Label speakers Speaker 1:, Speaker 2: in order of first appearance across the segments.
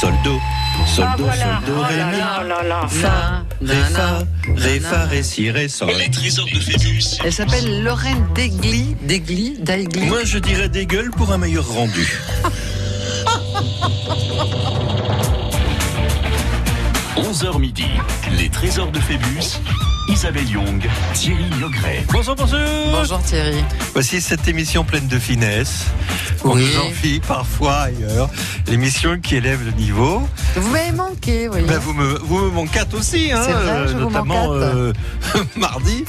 Speaker 1: soldo, soldo,
Speaker 2: Ah, voilà.
Speaker 1: soldo,
Speaker 2: Oh
Speaker 1: ré,
Speaker 2: là
Speaker 1: mi,
Speaker 2: là là là.
Speaker 1: fa,
Speaker 3: Na,
Speaker 1: ré,
Speaker 3: na,
Speaker 1: fa, ré,
Speaker 3: na,
Speaker 1: fa,
Speaker 3: na.
Speaker 1: ré, si, ré, sol.
Speaker 4: Les trésors de Phébus.
Speaker 3: Elle s'appelle Lorraine Degli, Degli, Degli.
Speaker 1: Moi, je dirais des gueules pour un meilleur rendu.
Speaker 4: — 11h midi, les trésors de Phébus, Isabelle Young, Thierry Niogret.
Speaker 1: Bonsoir, bonsoir.
Speaker 3: Bonjour Thierry.
Speaker 1: Voici cette émission pleine de finesse. On
Speaker 3: Oui.
Speaker 1: nous envie parfois ailleurs. L'émission qui élève le niveau.
Speaker 3: Vous m'avez manqué, vous voyez.
Speaker 1: Ben, vous, me, vous me manquâtes aussi, hein,
Speaker 3: C'est vrai, je vous
Speaker 1: notamment
Speaker 3: mancâte.
Speaker 1: euh, mardi.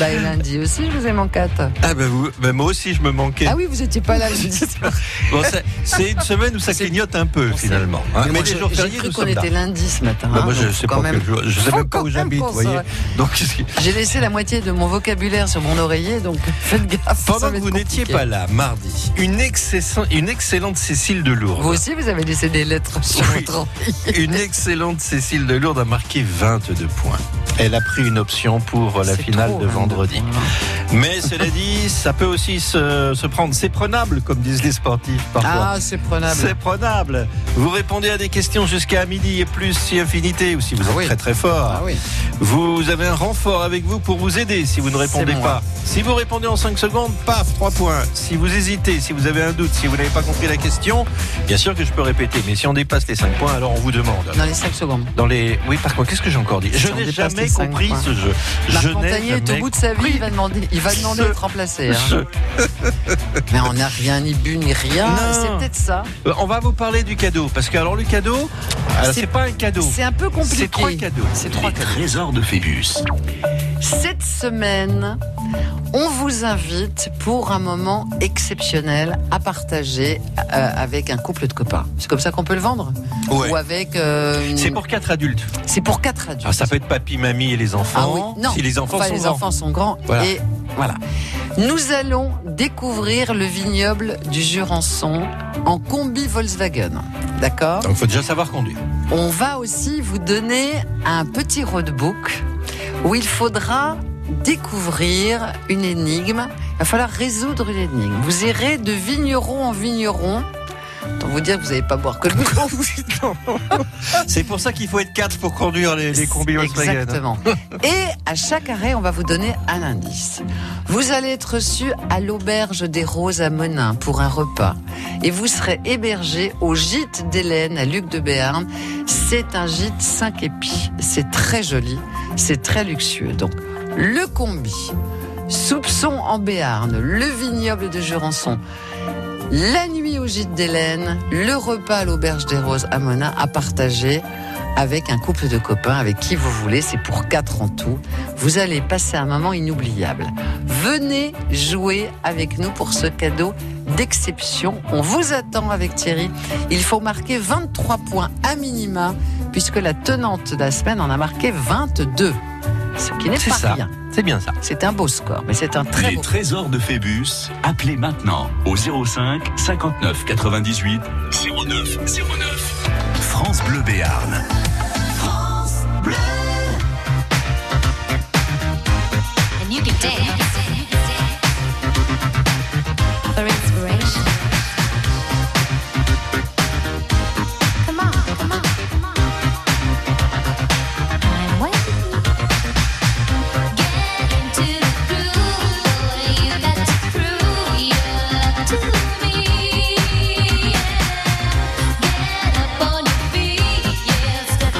Speaker 3: Bah, et lundi aussi, je vous ai manqué.
Speaker 1: Ah ben, vous, ben, moi aussi je me manquais.
Speaker 3: Ah oui, vous n'étiez pas là lundi.
Speaker 1: Bon, ça- c'est une semaine où ça clignote un peu
Speaker 3: On sait.
Speaker 1: finalement. hein.
Speaker 3: Mais moi,
Speaker 1: les
Speaker 3: je-
Speaker 1: jours
Speaker 3: J'ai
Speaker 1: fériés,
Speaker 3: cru
Speaker 1: nous
Speaker 3: qu'on
Speaker 1: sommes là.
Speaker 3: était lundi ce matin.
Speaker 1: Ben,
Speaker 3: hein,
Speaker 1: moi, je
Speaker 3: donc
Speaker 1: sais
Speaker 3: quand
Speaker 1: pas
Speaker 3: même.
Speaker 1: quel jour- je sais même
Speaker 3: Faut
Speaker 1: pas où
Speaker 3: quand
Speaker 1: j'habite,
Speaker 3: même
Speaker 1: vous
Speaker 3: qu'on
Speaker 1: voyez.
Speaker 3: sache.
Speaker 1: Donc, qu'est-ce que-
Speaker 3: J'ai laissé la moitié de mon vocabulaire sur mon oreiller, donc faites gaffe. ça
Speaker 1: pendant
Speaker 3: va
Speaker 1: que
Speaker 3: être
Speaker 1: vous n'étiez
Speaker 3: compliqué.
Speaker 1: pas là, mardi, une, excessant- une excellente Cécile de Lourdes.
Speaker 3: Vous aussi, vous avez laissé des lettres sur
Speaker 1: Oui.
Speaker 3: votre oreiller.
Speaker 1: Une excellente Cécile de Lourdes a marqué 22 points. Elle a pris une option pour la
Speaker 3: C'est
Speaker 1: finale
Speaker 3: trop,
Speaker 1: de
Speaker 3: hein,
Speaker 1: vendredi. Mais cela dit, ça peut aussi se, se prendre. C'est prenable, comme disent les sportifs parfois.
Speaker 3: Ah, c'est prenable.
Speaker 1: C'est prenable. Vous répondez à des questions jusqu'à midi et plus si infinité ou si vous êtes
Speaker 3: Ah oui.
Speaker 1: très très fort.
Speaker 3: Ah oui.
Speaker 1: Vous avez un renfort avec vous pour vous aider si vous ne répondez
Speaker 3: moi.
Speaker 1: pas. Si vous répondez en 5 secondes, paf, 3 points. Si vous hésitez, si vous avez un doute, si vous n'avez pas compris la question, bien sûr que je peux répéter. Mais si on dépasse les 5 points, alors on vous demande.
Speaker 3: Dans les 5 secondes.
Speaker 1: Dans les... Oui, par contre, qu'est-ce que j'ai encore dit Je
Speaker 3: on
Speaker 1: n'ai
Speaker 3: dépasse
Speaker 1: jamais
Speaker 3: les cinq
Speaker 1: compris
Speaker 3: points.
Speaker 1: ce jeu.
Speaker 3: Marc
Speaker 1: Je n'ai
Speaker 3: Montagnier est au
Speaker 1: jamais
Speaker 3: bout de sa vie,
Speaker 1: compris
Speaker 3: il va demander, il va demander
Speaker 1: ce
Speaker 3: d'être remplacé.
Speaker 1: ce
Speaker 3: hein.
Speaker 1: jeu.
Speaker 3: Mais on n'a rien, ni bu, ni rien.
Speaker 1: Non.
Speaker 3: C'est peut-être ça.
Speaker 1: Euh, On va vous parler du cadeau. Parce que alors le cadeau, euh,
Speaker 3: C'est-
Speaker 1: c'est pas un cadeau.
Speaker 3: C'est un peu compliqué.
Speaker 1: C'est trois cadeaux.
Speaker 3: C'est trois
Speaker 4: Les
Speaker 3: cadeaux.
Speaker 4: trésors de Phébus.
Speaker 3: Cette semaine, on vous invite pour un moment exceptionnel à partager euh, avec un couple de copains. C'est comme ça qu'on peut le vendre
Speaker 1: Ouais.
Speaker 3: Ou avec. euh, une-
Speaker 1: C'est pour 4 adultes.
Speaker 3: C'est pour quatre adultes.
Speaker 1: Alors, ça peut être papy, mamie et les enfants.
Speaker 3: Ah oui, non.
Speaker 1: Si les enfants
Speaker 3: Enfin,
Speaker 1: sont
Speaker 3: les
Speaker 1: grands.
Speaker 3: enfants sont grands.
Speaker 1: Voilà.
Speaker 3: Et voilà. Nous allons découvrir le vignoble du Jurançon en combi Volkswagen. D'accord
Speaker 1: Donc, faut déjà savoir conduire.
Speaker 3: On va aussi vous donner un petit roadbook où il faudra découvrir une énigme. Il va falloir résoudre une énigme. Vous irez de vigneron en vigneron. Autant vous dire que vous n'allez pas boire que le coup.
Speaker 1: C'est pour ça qu'il faut être 4 pour conduire les, les combis Volkswagen. hein.
Speaker 3: Exactement. Et à chaque arrêt, on va vous donner un indice. Vous allez être reçu à l'auberge des Roses à Menin pour un repas. Et vous serez hébergé au gîte d'Hélène à Luc de Béarn. C'est un gîte 5 épis. C'est très joli. C'est très luxueux. Donc, le combi, Soupçon en Béarn, le vignoble de Jurançon. La nuit au gîte d'Hélène, le repas à l'auberge des Roses à Monin à partager avec un couple de copains avec qui vous voulez, c'est pour quatre en tout. Vous allez passer un moment inoubliable. Venez jouer avec nous pour ce cadeau d'exception. On vous attend avec Thierry. Il faut marquer 23 points à minima puisque la tenante de la semaine en a marqué 22. Ce qui n'est
Speaker 1: C'est
Speaker 3: pas
Speaker 1: ça.
Speaker 3: rien.
Speaker 1: C'est bien ça.
Speaker 3: C'est un beau score, mais c'est un très
Speaker 4: les
Speaker 3: beau
Speaker 4: trésors de Phébus, appelez maintenant au 05 59 98 09 09. France Bleu Béarn.
Speaker 5: and you can dance for inspiration. Come on, come on, come on. I'm waiting. Get into the groove. You got to prove your love to me. Yeah. Get up on your feet, yeah. Step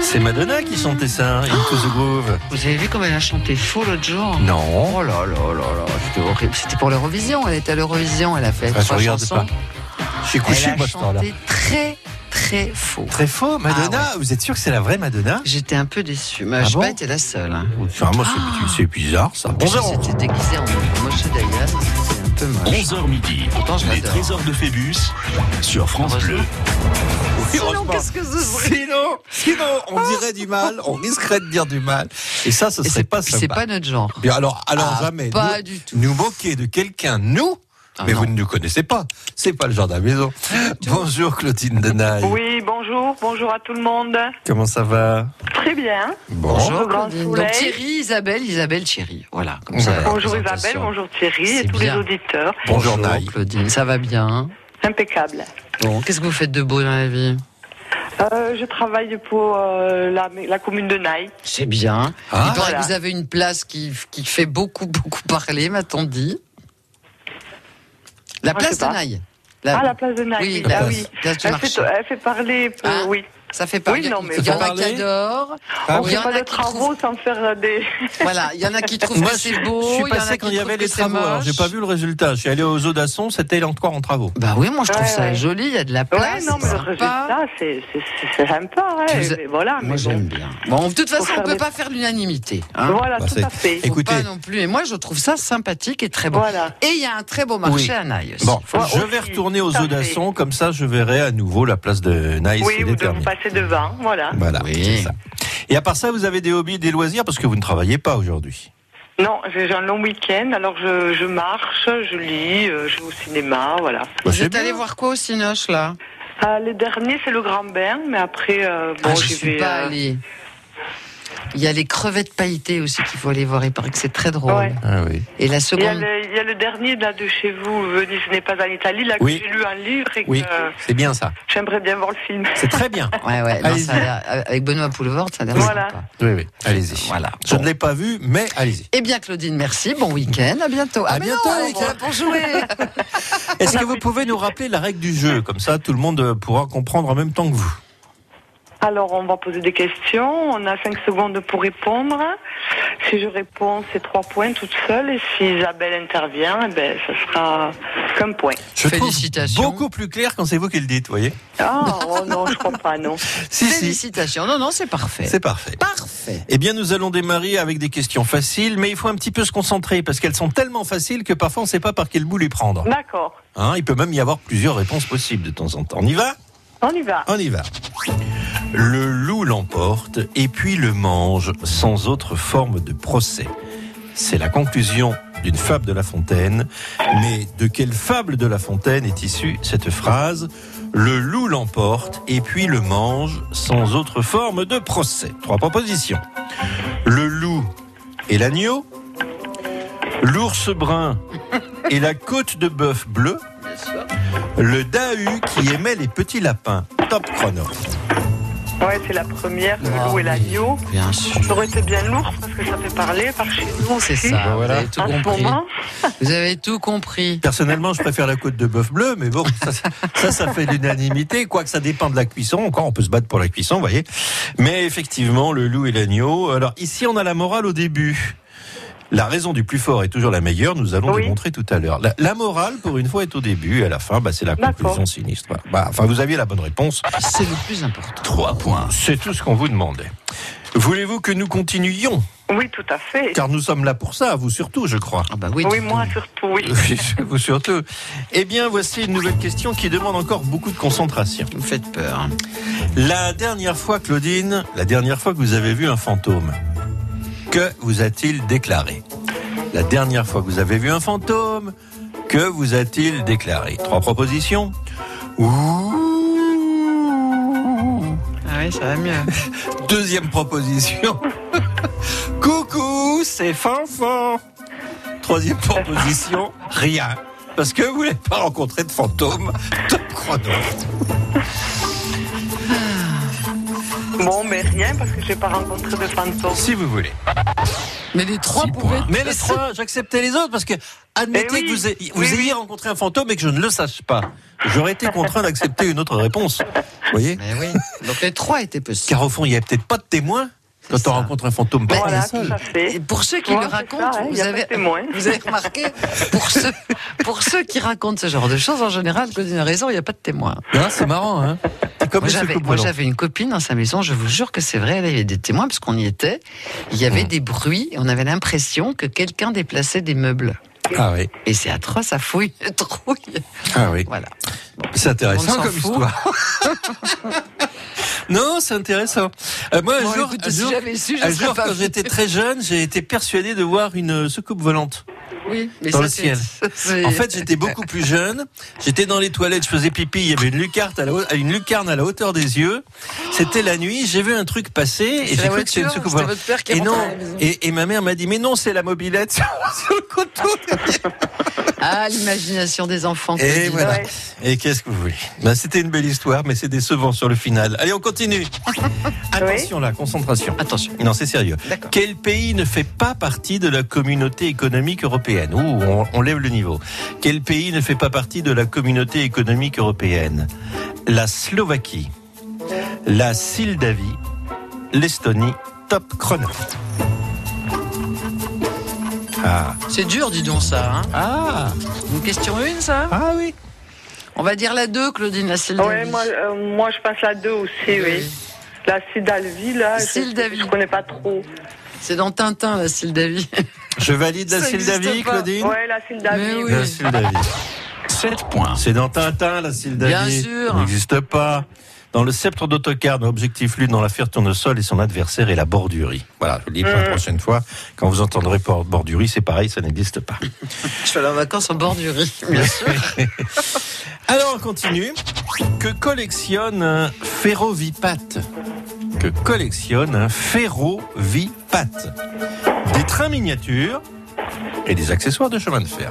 Speaker 1: C'est Madonna qui chantait ça, Into the Groove.
Speaker 3: Vous avez vu comme elle a chanté faux l'autre jour
Speaker 1: Non.
Speaker 3: Oh là là là là, c'était horrible. C'était pour l'Eurovision, elle était à l'Eurovision, elle a fait
Speaker 1: Ah, je
Speaker 3: trois
Speaker 1: regarde
Speaker 3: chansons.
Speaker 1: pas. Je suis couché,
Speaker 3: elle a
Speaker 1: moi, ce temps-là.
Speaker 3: chanté très très faux.
Speaker 1: Très faux, Madonna.
Speaker 3: Ah
Speaker 1: Vous êtes sûr que c'est la vraie Madonna
Speaker 3: J'étais un peu déçue, mais
Speaker 1: Ah
Speaker 3: je n'ai
Speaker 1: bon
Speaker 3: pas été la seule. hein.
Speaker 1: Enfin, moi, c'est-
Speaker 3: Ah.
Speaker 1: c'est bizarre, ça.
Speaker 3: Puis
Speaker 1: Bonjour.
Speaker 3: C'était déguisé en Moshe Dayan, c'était un peu moche.
Speaker 4: 11h midi,
Speaker 3: Pourtant, je
Speaker 4: les
Speaker 3: l'adore.
Speaker 4: trésors de Phébus sur France Bleu.
Speaker 3: Sinon,
Speaker 1: heureusement.
Speaker 3: qu'est-ce que ce serait
Speaker 1: Sinon, sinon, on dirait du mal, on risquerait de dire du mal. Ah. Et ça, ce
Speaker 3: Et
Speaker 1: serait pas
Speaker 3: C'est
Speaker 1: sympa.
Speaker 3: pas notre genre.
Speaker 1: Bien, alors, alors
Speaker 3: Ah,
Speaker 1: jamais.
Speaker 3: Pas
Speaker 1: Nous-
Speaker 3: du tout.
Speaker 1: nous moquer de quelqu'un, nous,
Speaker 3: Ah,
Speaker 1: mais
Speaker 3: non.
Speaker 1: vous ne nous connaissez pas. C'est pas le genre de la maison. Bonjour Clotilde Denaille.
Speaker 2: Oui, bonjour, bonjour à tout le monde.
Speaker 1: Comment ça va
Speaker 2: Très bien.
Speaker 1: Bon.
Speaker 2: Au grand
Speaker 3: Claudine.
Speaker 2: soleil.
Speaker 3: Donc Thierry, Isabelle, Isabelle, Thierry. Voilà, comme ça. la
Speaker 2: Bonjour
Speaker 3: présentation.
Speaker 2: Isabelle, bonjour Thierry
Speaker 3: Bah, C'est
Speaker 2: et tous
Speaker 3: bien.
Speaker 2: les auditeurs.
Speaker 1: Bonjour Naï.
Speaker 3: Claudine, ça va bien. hein
Speaker 2: Impeccable.
Speaker 3: Bon, qu'est-ce que vous faites de beau dans la vie
Speaker 2: Euh, je travaille pour euh, la, la commune de Naï.
Speaker 3: C'est bien. Il
Speaker 1: Ah,
Speaker 3: paraît
Speaker 2: voilà.
Speaker 3: que vous avez une place qui, qui fait beaucoup, beaucoup parler, m'a-t-on dit. La
Speaker 2: Moi, je
Speaker 3: place
Speaker 2: sais
Speaker 3: de
Speaker 2: pas.
Speaker 3: Naï.
Speaker 2: Ah, la place de Naï.
Speaker 3: Oui,
Speaker 2: oui,
Speaker 3: la
Speaker 2: ah
Speaker 1: place.
Speaker 2: oui.
Speaker 3: place du
Speaker 2: Elle
Speaker 3: marché.
Speaker 2: fait, elle fait parler, euh,
Speaker 3: Ah.
Speaker 2: oui.
Speaker 3: Ça fait parler.
Speaker 2: non, mais
Speaker 3: il y en
Speaker 1: bon.
Speaker 3: a qui
Speaker 1: Parler.
Speaker 3: adorent.
Speaker 1: Ah
Speaker 2: On
Speaker 1: oui.
Speaker 3: Il y
Speaker 2: fait
Speaker 3: en
Speaker 2: pas
Speaker 3: a
Speaker 2: de
Speaker 3: qui
Speaker 2: travaux
Speaker 3: trouvent-
Speaker 2: sans faire euh, des.
Speaker 3: Voilà, il y en a qui trouvent
Speaker 1: Moi,
Speaker 3: que c'est beau.
Speaker 1: je suis
Speaker 3: oh, il y en a
Speaker 1: passé
Speaker 3: qui
Speaker 1: quand il y
Speaker 3: trouvent
Speaker 1: avait
Speaker 3: que
Speaker 1: les
Speaker 3: c'est
Speaker 1: travaux. Alors, j'ai
Speaker 3: moche.
Speaker 1: pas vu le résultat. Je suis allé aux Audassons, c'était encore en travaux.
Speaker 3: Bah oui, moi je trouve
Speaker 2: Ouais,
Speaker 3: ça
Speaker 2: ouais.
Speaker 3: joli, il y a de la place.
Speaker 2: ouais, non,
Speaker 3: c'est
Speaker 2: mais le
Speaker 3: sympa.
Speaker 2: résultat, c'est c'est- c'est- c'est sympa. ouais,
Speaker 3: Vous a-
Speaker 2: mais Voilà,
Speaker 3: Moi
Speaker 2: mais bon.
Speaker 3: j'aime bien. Bon, de toute façon,
Speaker 2: faire
Speaker 3: on peut
Speaker 2: des-
Speaker 3: pas faire l'unanimité. Hein.
Speaker 2: Voilà,
Speaker 1: Bah,
Speaker 2: tout
Speaker 1: c'est-
Speaker 2: à fait.
Speaker 1: Et-
Speaker 3: Faut
Speaker 1: Écoutez.
Speaker 3: Pas non plus. Et moi je trouve ça sympathique et très bon.
Speaker 2: Voilà.
Speaker 3: Et il y a un très beau marché
Speaker 1: Oui.
Speaker 3: à Naïs. aussi.
Speaker 1: Bon,
Speaker 2: Ouais,
Speaker 1: je vais
Speaker 2: aussi,
Speaker 1: retourner aux
Speaker 2: tout à fait.
Speaker 1: Audassons, comme ça je verrai à nouveau la place de Nice
Speaker 2: Oui,
Speaker 1: et
Speaker 2: vous devez
Speaker 1: les derniers.
Speaker 2: passer devant, voilà.
Speaker 1: Voilà,
Speaker 3: Oui.
Speaker 1: c'est ça. Et à part ça, vous avez des hobbies, des loisirs, parce que vous ne travaillez pas aujourd'hui.
Speaker 2: Non, j'ai un long week-end, alors je, je marche, je lis, euh, je vais au cinéma, voilà.
Speaker 1: Bah,
Speaker 3: Vous
Speaker 1: c'est
Speaker 3: êtes
Speaker 1: bien.
Speaker 3: allé voir quoi au Cinoche là
Speaker 2: Euh, le dernier, c'est le grand bain, mais après, euh, bon,
Speaker 3: Ah,
Speaker 2: j'y
Speaker 3: Je suis
Speaker 2: vais,
Speaker 3: pas
Speaker 2: euh,
Speaker 3: allée. Il y a les crevettes pailletées aussi qu'il faut aller voir. Il paraît que c'est très drôle.
Speaker 2: Ouais.
Speaker 1: Ah oui.
Speaker 3: Et
Speaker 2: Il y,
Speaker 3: la
Speaker 2: a
Speaker 3: seconde.
Speaker 2: le, il y a le dernier là de chez vous, Venise n'est pas en Italie, là
Speaker 1: Oui.
Speaker 2: que j'ai lu un livre et
Speaker 1: Oui,
Speaker 2: que
Speaker 1: c'est bien ça.
Speaker 2: j'aimerais bien voir le film.
Speaker 1: C'est très bien.
Speaker 3: Ouais, ouais. Non,
Speaker 1: Allez-y.
Speaker 3: ça a l'air- euh, avec Benoît Poulevard, ça a l'air
Speaker 2: Voilà.
Speaker 3: sympa.
Speaker 1: Oui, oui. Allez-y.
Speaker 3: Voilà.
Speaker 1: Je
Speaker 3: Bon.
Speaker 1: ne l'ai pas vu, mais allez-y.
Speaker 3: Eh bien, Claudine, merci. Bon week-end. À bientôt. Ah,
Speaker 1: À
Speaker 3: mais
Speaker 1: bientôt,
Speaker 3: non,
Speaker 1: Eric.
Speaker 3: on est là pour jouer.
Speaker 1: Est-ce que vous pouvez nous rappeler la règle du jeu Comme ça, tout le monde euh, pourra comprendre en même temps que vous.
Speaker 2: Alors, on va poser des questions, on a 5 secondes pour répondre. Si je réponds, c'est 3 points toute seule, et si Isabelle intervient, eh ben, ça sera qu'un point.
Speaker 1: Je trouve
Speaker 3: Félicitations.
Speaker 1: beaucoup plus clair quand c'est vous qui le dites, voyez
Speaker 2: Ah, oh non, je crois pas, non.
Speaker 1: Si, si.
Speaker 3: Félicitations. Non, non, c'est parfait.
Speaker 1: C'est parfait.
Speaker 3: parfait.
Speaker 1: Eh bien, nous allons démarrer avec des questions faciles, mais il faut un petit peu se concentrer parce qu'elles sont tellement faciles que parfois on ne sait pas par quel bout les prendre.
Speaker 2: D'accord,
Speaker 1: Hein, il peut même y avoir plusieurs réponses possibles de temps en temps. On y va
Speaker 2: on y va.
Speaker 1: On y va. Le loup l'emporte et puis le mange sans autre forme de procès. C'est la conclusion d'une fable de La Fontaine. Mais de quelle fable de La Fontaine est issue cette phrase Le loup l'emporte et puis le mange sans autre forme de procès. Trois propositions. Le loup et l'agneau, l'ours brun et la côte de bœuf bleu, le dahu qui aimait les petits lapins. Top chrono.
Speaker 2: Ouais, c'est la première,
Speaker 3: Ah,
Speaker 2: le loup et l'agneau.
Speaker 3: Bien sûr.
Speaker 2: Ça aurait été bien lourd parce que ça fait parler par chez nous
Speaker 3: C'est
Speaker 2: aussi.
Speaker 3: ça.
Speaker 1: voilà.
Speaker 3: Vous avez tout
Speaker 2: En ce
Speaker 3: compris.
Speaker 2: moment,
Speaker 3: Vous avez tout compris.
Speaker 1: Personnellement, je préfère la côte de bœuf bleu, mais bon, ça, ça- ça, ça fait l'unanimité. Quoique ça dépend de la cuisson, encore on peut se battre pour la cuisson, vous voyez. Mais effectivement, le loup et l'agneau. Alors ici, on a la morale au début. La raison du plus fort est toujours la meilleure, nous allons
Speaker 2: Oui.
Speaker 1: démontrer tout à l'heure. La, la morale, pour une fois, est au début, et à la fin, bah, c'est la
Speaker 2: D'accord.
Speaker 1: conclusion sinistre. Voilà. Bah, enfin, vous aviez la bonne réponse,
Speaker 3: C'est le plus important.
Speaker 4: 3 points.
Speaker 1: c'est tout ce qu'on vous demandait. Voulez-vous que nous continuions
Speaker 2: oui, tout à fait.
Speaker 1: Car nous sommes là pour ça, vous surtout, je crois.
Speaker 3: Ah bah oui.
Speaker 2: Oui,
Speaker 3: dis
Speaker 2: moi
Speaker 3: donc.
Speaker 2: surtout, oui.
Speaker 1: Oui, vous surtout. Eh bien, voici une nouvelle question qui demande encore beaucoup de concentration.
Speaker 3: Vous me faites peur.
Speaker 1: La dernière fois, Claudine, la dernière fois que vous avez vu un fantôme, que vous a-t-il déclaré La dernière fois que vous avez vu un fantôme, que vous a-t-il déclaré Trois propositions. Ouh.
Speaker 3: Ah oui, ça va mieux.
Speaker 1: Deuxième proposition. Coucou, c'est Fanfan. Troisième proposition, rien. Parce que vous voulez pas rencontrer de fantôme. Top chrono.
Speaker 2: Bon, mais rien parce que j'ai pas rencontré de fantôme.
Speaker 1: Si vous voulez.
Speaker 3: Mais les trois
Speaker 4: Six
Speaker 3: pouvaient.
Speaker 4: points.
Speaker 1: Mais les trois, j'acceptais les autres parce que admettez
Speaker 2: Eh oui,
Speaker 1: que vous, ayez, vous
Speaker 2: oui,
Speaker 1: ayez
Speaker 2: oui.
Speaker 1: rencontré un fantôme et que je ne le sache pas. J'aurais été contraint d'accepter une autre réponse. Vous voyez
Speaker 3: Mais oui. Donc les trois étaient possibles.
Speaker 1: Car au fond, il n'y a peut-être pas de témoin
Speaker 3: C'est
Speaker 1: quand
Speaker 3: ça.
Speaker 1: on rencontre un fantôme. pas
Speaker 2: Voilà,
Speaker 1: un seul.
Speaker 2: tout à fait.
Speaker 3: Et bah, pour ceux qui
Speaker 2: Ouais,
Speaker 3: le
Speaker 2: c'est ça,
Speaker 3: racontent,
Speaker 2: hein,
Speaker 3: vous,
Speaker 2: y a pas
Speaker 3: avez,
Speaker 2: de témoin.
Speaker 3: vous avez remarqué, pour ceux, pour ceux qui racontent ce genre de choses, en général, Claudine a raison, il n'y a pas de témoin.
Speaker 2: Ah,
Speaker 1: Hein, c'est marrant, hein C'est comme
Speaker 3: Moi
Speaker 1: les
Speaker 3: j'avais,
Speaker 1: soucoupes
Speaker 3: moi,
Speaker 1: volantes.
Speaker 3: j'avais une copine dans sa maison, je vous jure que c'est vrai, elle avait des témoins parce qu'on y était. Il y avait des bruits et on avait l'impression que quelqu'un déplaçait des meubles.
Speaker 1: Ah oui,
Speaker 3: Et c'est atroce, ça fouille, trouille.
Speaker 1: ah oui.
Speaker 3: Voilà.
Speaker 1: C'est intéressant
Speaker 3: On s'en
Speaker 1: comme
Speaker 3: fout.
Speaker 1: histoire. non, c'est intéressant. Euh, moi, un
Speaker 3: Bon,
Speaker 1: jour,
Speaker 3: écoute,
Speaker 1: un
Speaker 3: si
Speaker 1: jour-
Speaker 3: j'avais su, je
Speaker 1: un
Speaker 3: serais
Speaker 1: jour,
Speaker 3: pas
Speaker 1: quand
Speaker 3: venue.
Speaker 1: j'étais très jeune, j'ai été persuadé de voir une euh, soucoupe volante.
Speaker 3: Oui, mais
Speaker 1: dans
Speaker 3: ça,
Speaker 1: le
Speaker 3: c'est-
Speaker 1: ciel.
Speaker 3: c'est-
Speaker 1: En fait, j'étais beaucoup plus jeune. J'étais dans les toilettes, je faisais pipi. Il y avait une lucarne à la, hau- une lucarne à la hauteur des yeux. C'était la nuit. J'ai vu un truc passer et
Speaker 3: c'est
Speaker 1: j'ai
Speaker 3: la
Speaker 1: cru que c'était une
Speaker 3: voiture,
Speaker 1: soucoupe
Speaker 3: c'était
Speaker 1: volante.
Speaker 3: votre père qui est
Speaker 1: Et non.
Speaker 3: rentré à la maison.
Speaker 1: Et, et ma mère m'a dit mais non, c'est la mobilette sur, sur le coton.
Speaker 3: Ah, l'imagination des enfants.
Speaker 1: Et
Speaker 3: Claudine.
Speaker 1: Eh voilà.
Speaker 2: Ouais.
Speaker 1: Et qu'est-ce que vous voulez ben, C'était une belle histoire, mais c'est décevant sur le final. Allez, on continue. Attention là, concentration.
Speaker 3: Attention.
Speaker 1: Non, c'est sérieux.
Speaker 3: D'accord.
Speaker 1: Quel pays ne fait pas partie de la communauté économique européenne Ouh, on, on lève le niveau. Quel pays ne fait pas partie de la communauté économique européenne La Slovaquie, la Sildavie, l'Estonie, top chrono. Ah,
Speaker 3: C'est dur, dis donc ça. hein.
Speaker 1: ah,
Speaker 3: Une question une, ça
Speaker 1: ah oui.
Speaker 3: On va dire la deux, Claudine, la celle
Speaker 2: Ouais, moi, euh, moi, je pense la 2 aussi, oui. La Sildalvi, là, je-
Speaker 3: Sildavie.
Speaker 2: je connais pas trop.
Speaker 3: C'est dans Tintin, la Sildavie.
Speaker 1: Je valide la
Speaker 3: Ça existe
Speaker 1: Sildavie,
Speaker 3: pas.
Speaker 1: Claudine
Speaker 2: Ouais, la
Speaker 3: Mais
Speaker 2: Sildalvi,
Speaker 3: oui.
Speaker 2: oui.
Speaker 1: La Sildavie.
Speaker 4: 7 points.
Speaker 1: C'est dans Tintin, la Sildavie.
Speaker 3: Bien sûr.
Speaker 1: Elle N'existe pas. Dans le sceptre d'autocar, objectif lune dans l'affaire tournesol et son adversaire est la bordurie. Voilà, je vous le dis pour la prochaine fois. Quand vous entendrez por- bordurie, c'est pareil, ça n'existe pas.
Speaker 3: Je suis allée en vacances en bord du riz.
Speaker 1: Alors, on continue. Que collectionne un ferrovipate Que collectionne un ferrovipate Des trains miniatures et des accessoires de chemin de fer.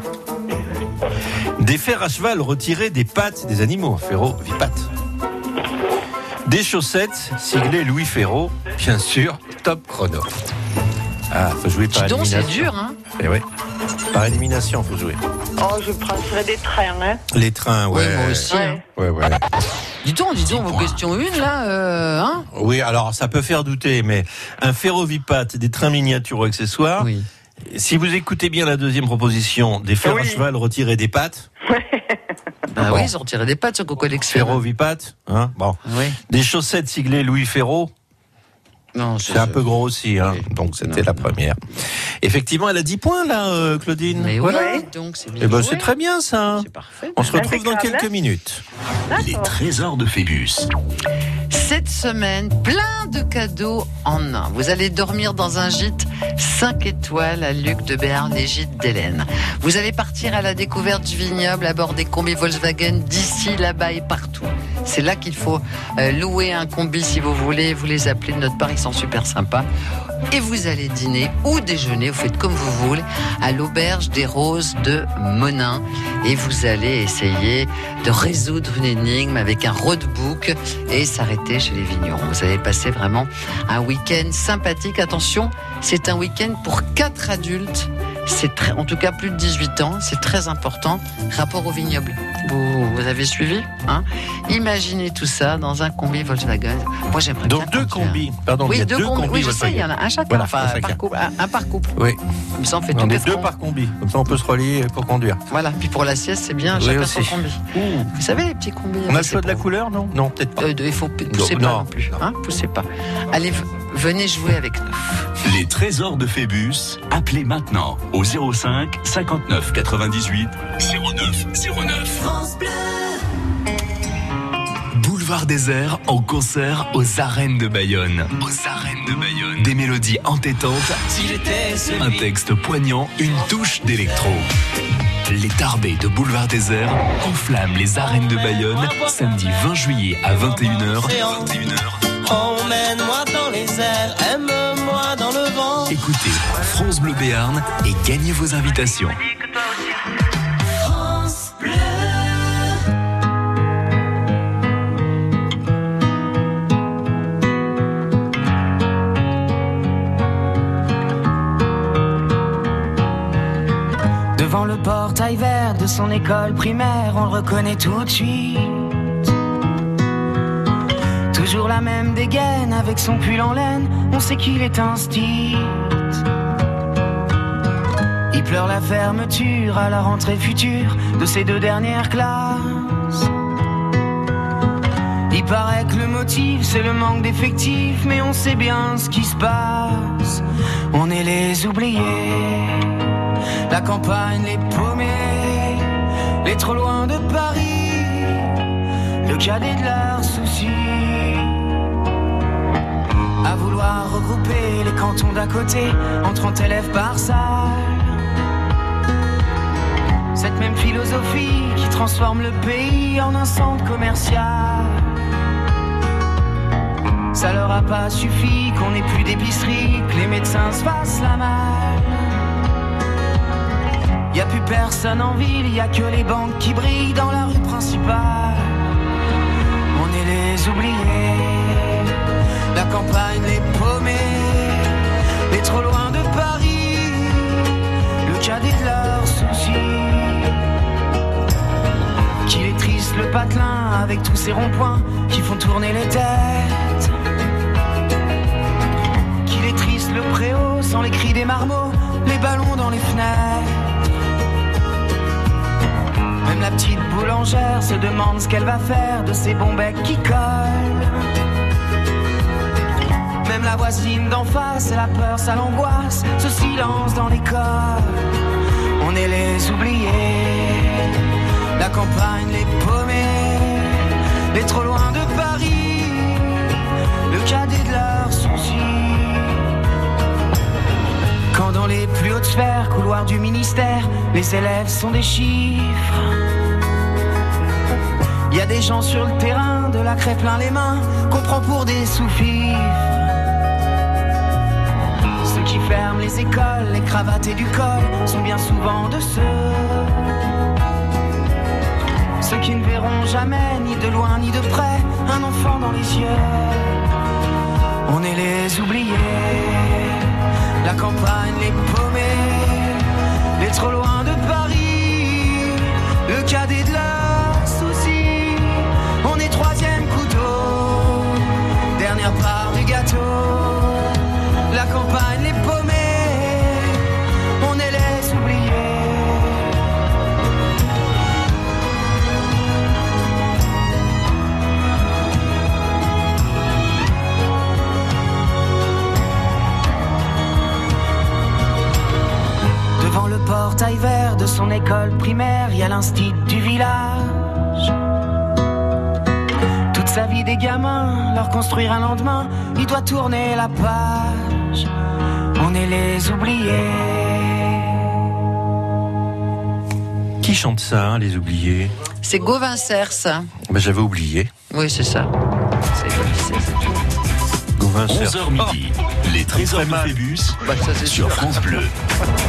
Speaker 1: Des fers à cheval retirés des pattes des animaux, ferrovipate. Des chaussettes siglées Louis Ferro, bien sûr, top chrono. Ah, faut jouer par
Speaker 3: Dis donc, c'est
Speaker 1: élimination.
Speaker 3: dur, hein
Speaker 1: Eh ouais. Par élimination, faut jouer.
Speaker 2: Oh, je prendrais des trains, hein.
Speaker 1: Les trains, ouais.
Speaker 3: Oui, moi aussi.
Speaker 2: Ouais.
Speaker 3: hein.
Speaker 1: Ouais, ouais.
Speaker 3: Dis donc, dis donc, vos
Speaker 4: points.
Speaker 3: questions une, là, euh, hein
Speaker 1: Oui, alors ça peut faire douter, mais un ferrovipate, des trains miniatures ou accessoires.
Speaker 3: Oui.
Speaker 1: Si vous écoutez bien la deuxième proposition, des fers à
Speaker 2: Oui.
Speaker 1: cheval retirés des pattes,
Speaker 3: Bah
Speaker 1: Bon.
Speaker 3: oui, ils ont tiré des pattes, ce qu'on collectionne.
Speaker 1: ferrovipate, hein, bon.
Speaker 3: Oui.
Speaker 1: Des chaussettes siglées Louis Ferro,
Speaker 3: Non,
Speaker 1: c'est un peu gros aussi, hein,
Speaker 3: Oui.
Speaker 1: donc c'était
Speaker 3: Non,
Speaker 1: la
Speaker 3: non.
Speaker 1: première. Effectivement, elle a 10 points là, euh, Claudine.
Speaker 3: Mais oui,
Speaker 1: Voilà.
Speaker 2: Ouais.
Speaker 3: dis donc, c'est bien.
Speaker 1: Eh ben,
Speaker 3: joué.
Speaker 1: c'est très bien ça. hein.
Speaker 3: C'est parfait.
Speaker 1: On se retrouve dans
Speaker 2: Impeccable, hein.
Speaker 1: quelques minutes.
Speaker 4: Les
Speaker 2: D'accord.
Speaker 4: trésors de Phébus.
Speaker 3: Cette semaine, plein de cadeaux en un. Vous allez dormir dans un gîte 5 étoiles à Luc de Béarn et gîte d'Hélène. Vous allez partir à la découverte du vignoble à bord des combis Volkswagen d'ici, là-bas et partout. C'est là qu'il faut euh, louer un combi si vous voulez. Vous les appelez de notre part, ils sont super sympas. Et vous allez dîner ou déjeuner, vous faites comme vous voulez, à l'auberge des Roses de Monin. Et vous allez essayer de résoudre une énigme avec un roadbook et s'arrêter chez les vignerons. Vous avez passé vraiment un week-end sympathique. Attention, c'est un week-end pour quatre adultes. C'est très, en tout cas plus de 18 ans, c'est très important. Rapport au vignoble. Vous, vous avez suivi hein Imaginez tout ça dans un combi Volkswagen. Moi j'aimerais
Speaker 1: Donc
Speaker 3: bien
Speaker 1: deux
Speaker 3: conduire.
Speaker 1: combis, pardon, il y
Speaker 3: Oui,
Speaker 1: a
Speaker 3: deux, combis. Oui, je sais, il y en a un chacun.
Speaker 1: Voilà,
Speaker 3: Enfin,
Speaker 1: un chacun.
Speaker 3: par couple, un, un par couple.
Speaker 1: Oui.
Speaker 3: Comme ça, on fait
Speaker 1: On
Speaker 3: tout
Speaker 1: est
Speaker 3: quatre
Speaker 1: deux
Speaker 3: combis.
Speaker 1: par combi, comme ça on peut se relier pour conduire.
Speaker 3: Voilà. Puis pour l'assiette, c'est bien,
Speaker 1: Oui,
Speaker 3: chacun son
Speaker 1: aussi.
Speaker 3: combi. Vous savez, les petits combis.
Speaker 1: On a
Speaker 3: enfin,
Speaker 1: le choix
Speaker 3: c'est
Speaker 1: de la
Speaker 3: pour-
Speaker 1: couleur, non Non, peut-être pas.
Speaker 3: Euh, de- il faut p- poussez
Speaker 1: Non,
Speaker 3: pas
Speaker 1: non,
Speaker 3: non, plus,
Speaker 1: non.
Speaker 3: hein, poussez pas. Allez, v- venez jouer avec nous.
Speaker 4: Les trésors de Phébus. Appelez maintenant au 05 59 98 09 09.
Speaker 6: Boulevard désert en concert aux arènes de Bayonne. Aux arènes de Bayonne. Des mélodies entêtantes. Un texte poignant, une touche d'électro. Les tarbés de Boulevard désert enflamment les arènes de Bayonne samedi 20 juillet à 21h. 21h.
Speaker 7: Emmène-moi dans les airs, aime-moi dans le vent.
Speaker 6: Écoutez France Bleu Béarn et gagnez vos invitations.
Speaker 8: Devant le portail vert de son école primaire, on le reconnaît tout de suite. Toujours la même dégaine avec son pull en laine, on sait qu'il est instit. Il pleure la fermeture à la rentrée future de ces deux dernières classes. Il paraît que le motif c'est le manque d'effectifs, mais on sait bien ce qui se passe. On est les oubliés, la campagne les paumés, les trop loin de Paris le cadet de leurs soucis. À vouloir regrouper les cantons d'à côté en 30 élèves par salle. Cette même philosophie qui transforme le pays en un centre commercial. Ça leur a pas suffi qu'on ait plus d'épicerie, que les médecins se fassent la malle. Y a plus personne en ville, y a que les banques qui brillent dans la rue principale. On est les oubliés, la campagne les paumés, les trop loin de Paris, le cadet de leurs soucis. Qu'il est triste le patelin avec tous ces ronds-points qui font tourner les têtes. Qu'il est triste le préau sans les cris des marmots, les ballons dans les fenêtres. Même la petite boulangère se demande ce qu'elle va faire de ces bons becs qui collent. Même la voisine d'en face, la peur, ça l'angoisse, ce silence dans l'école. On est les oubliés, la campagne, les paumés, les trop loin de Paris, le cadet de leurs soucis. Quand dans les plus hautes sphères, couloirs du ministère, les élèves sont des chiffres. Il y a des gens sur le terrain, de la craie plein les mains, qu'on prend pour des sous-fifres. Ceux qui ferment les écoles, les cravates et du col sont bien souvent de ceux. Ceux qui ne verront jamais, ni de loin ni de près, un enfant dans les yeux. On est les oubliés, la campagne, les paumés, les trop loin de Paris, le cadet de leurs soucis. On est troisième couteau, dernière part du gâteau, la campagne, les paumés, on est les oubliés. Devant le portail vert de son école primaire, y a l'instit du village. Toute sa vie des gamins, leur construire un lendemain, il doit tourner la page. On est les oubliés.
Speaker 1: Qui chante ça, hein, les oubliés
Speaker 3: C'est Gauvin Cerce. hein.
Speaker 1: ben, J'avais oublié.
Speaker 3: Oui, c'est ça. C'est c'est- c'est-
Speaker 1: Gauvin Oh Cerf.
Speaker 4: 11h midi, les trésors de Phébus
Speaker 3: bah, ça, c'est
Speaker 4: sur
Speaker 3: sûr.
Speaker 4: France Bleu.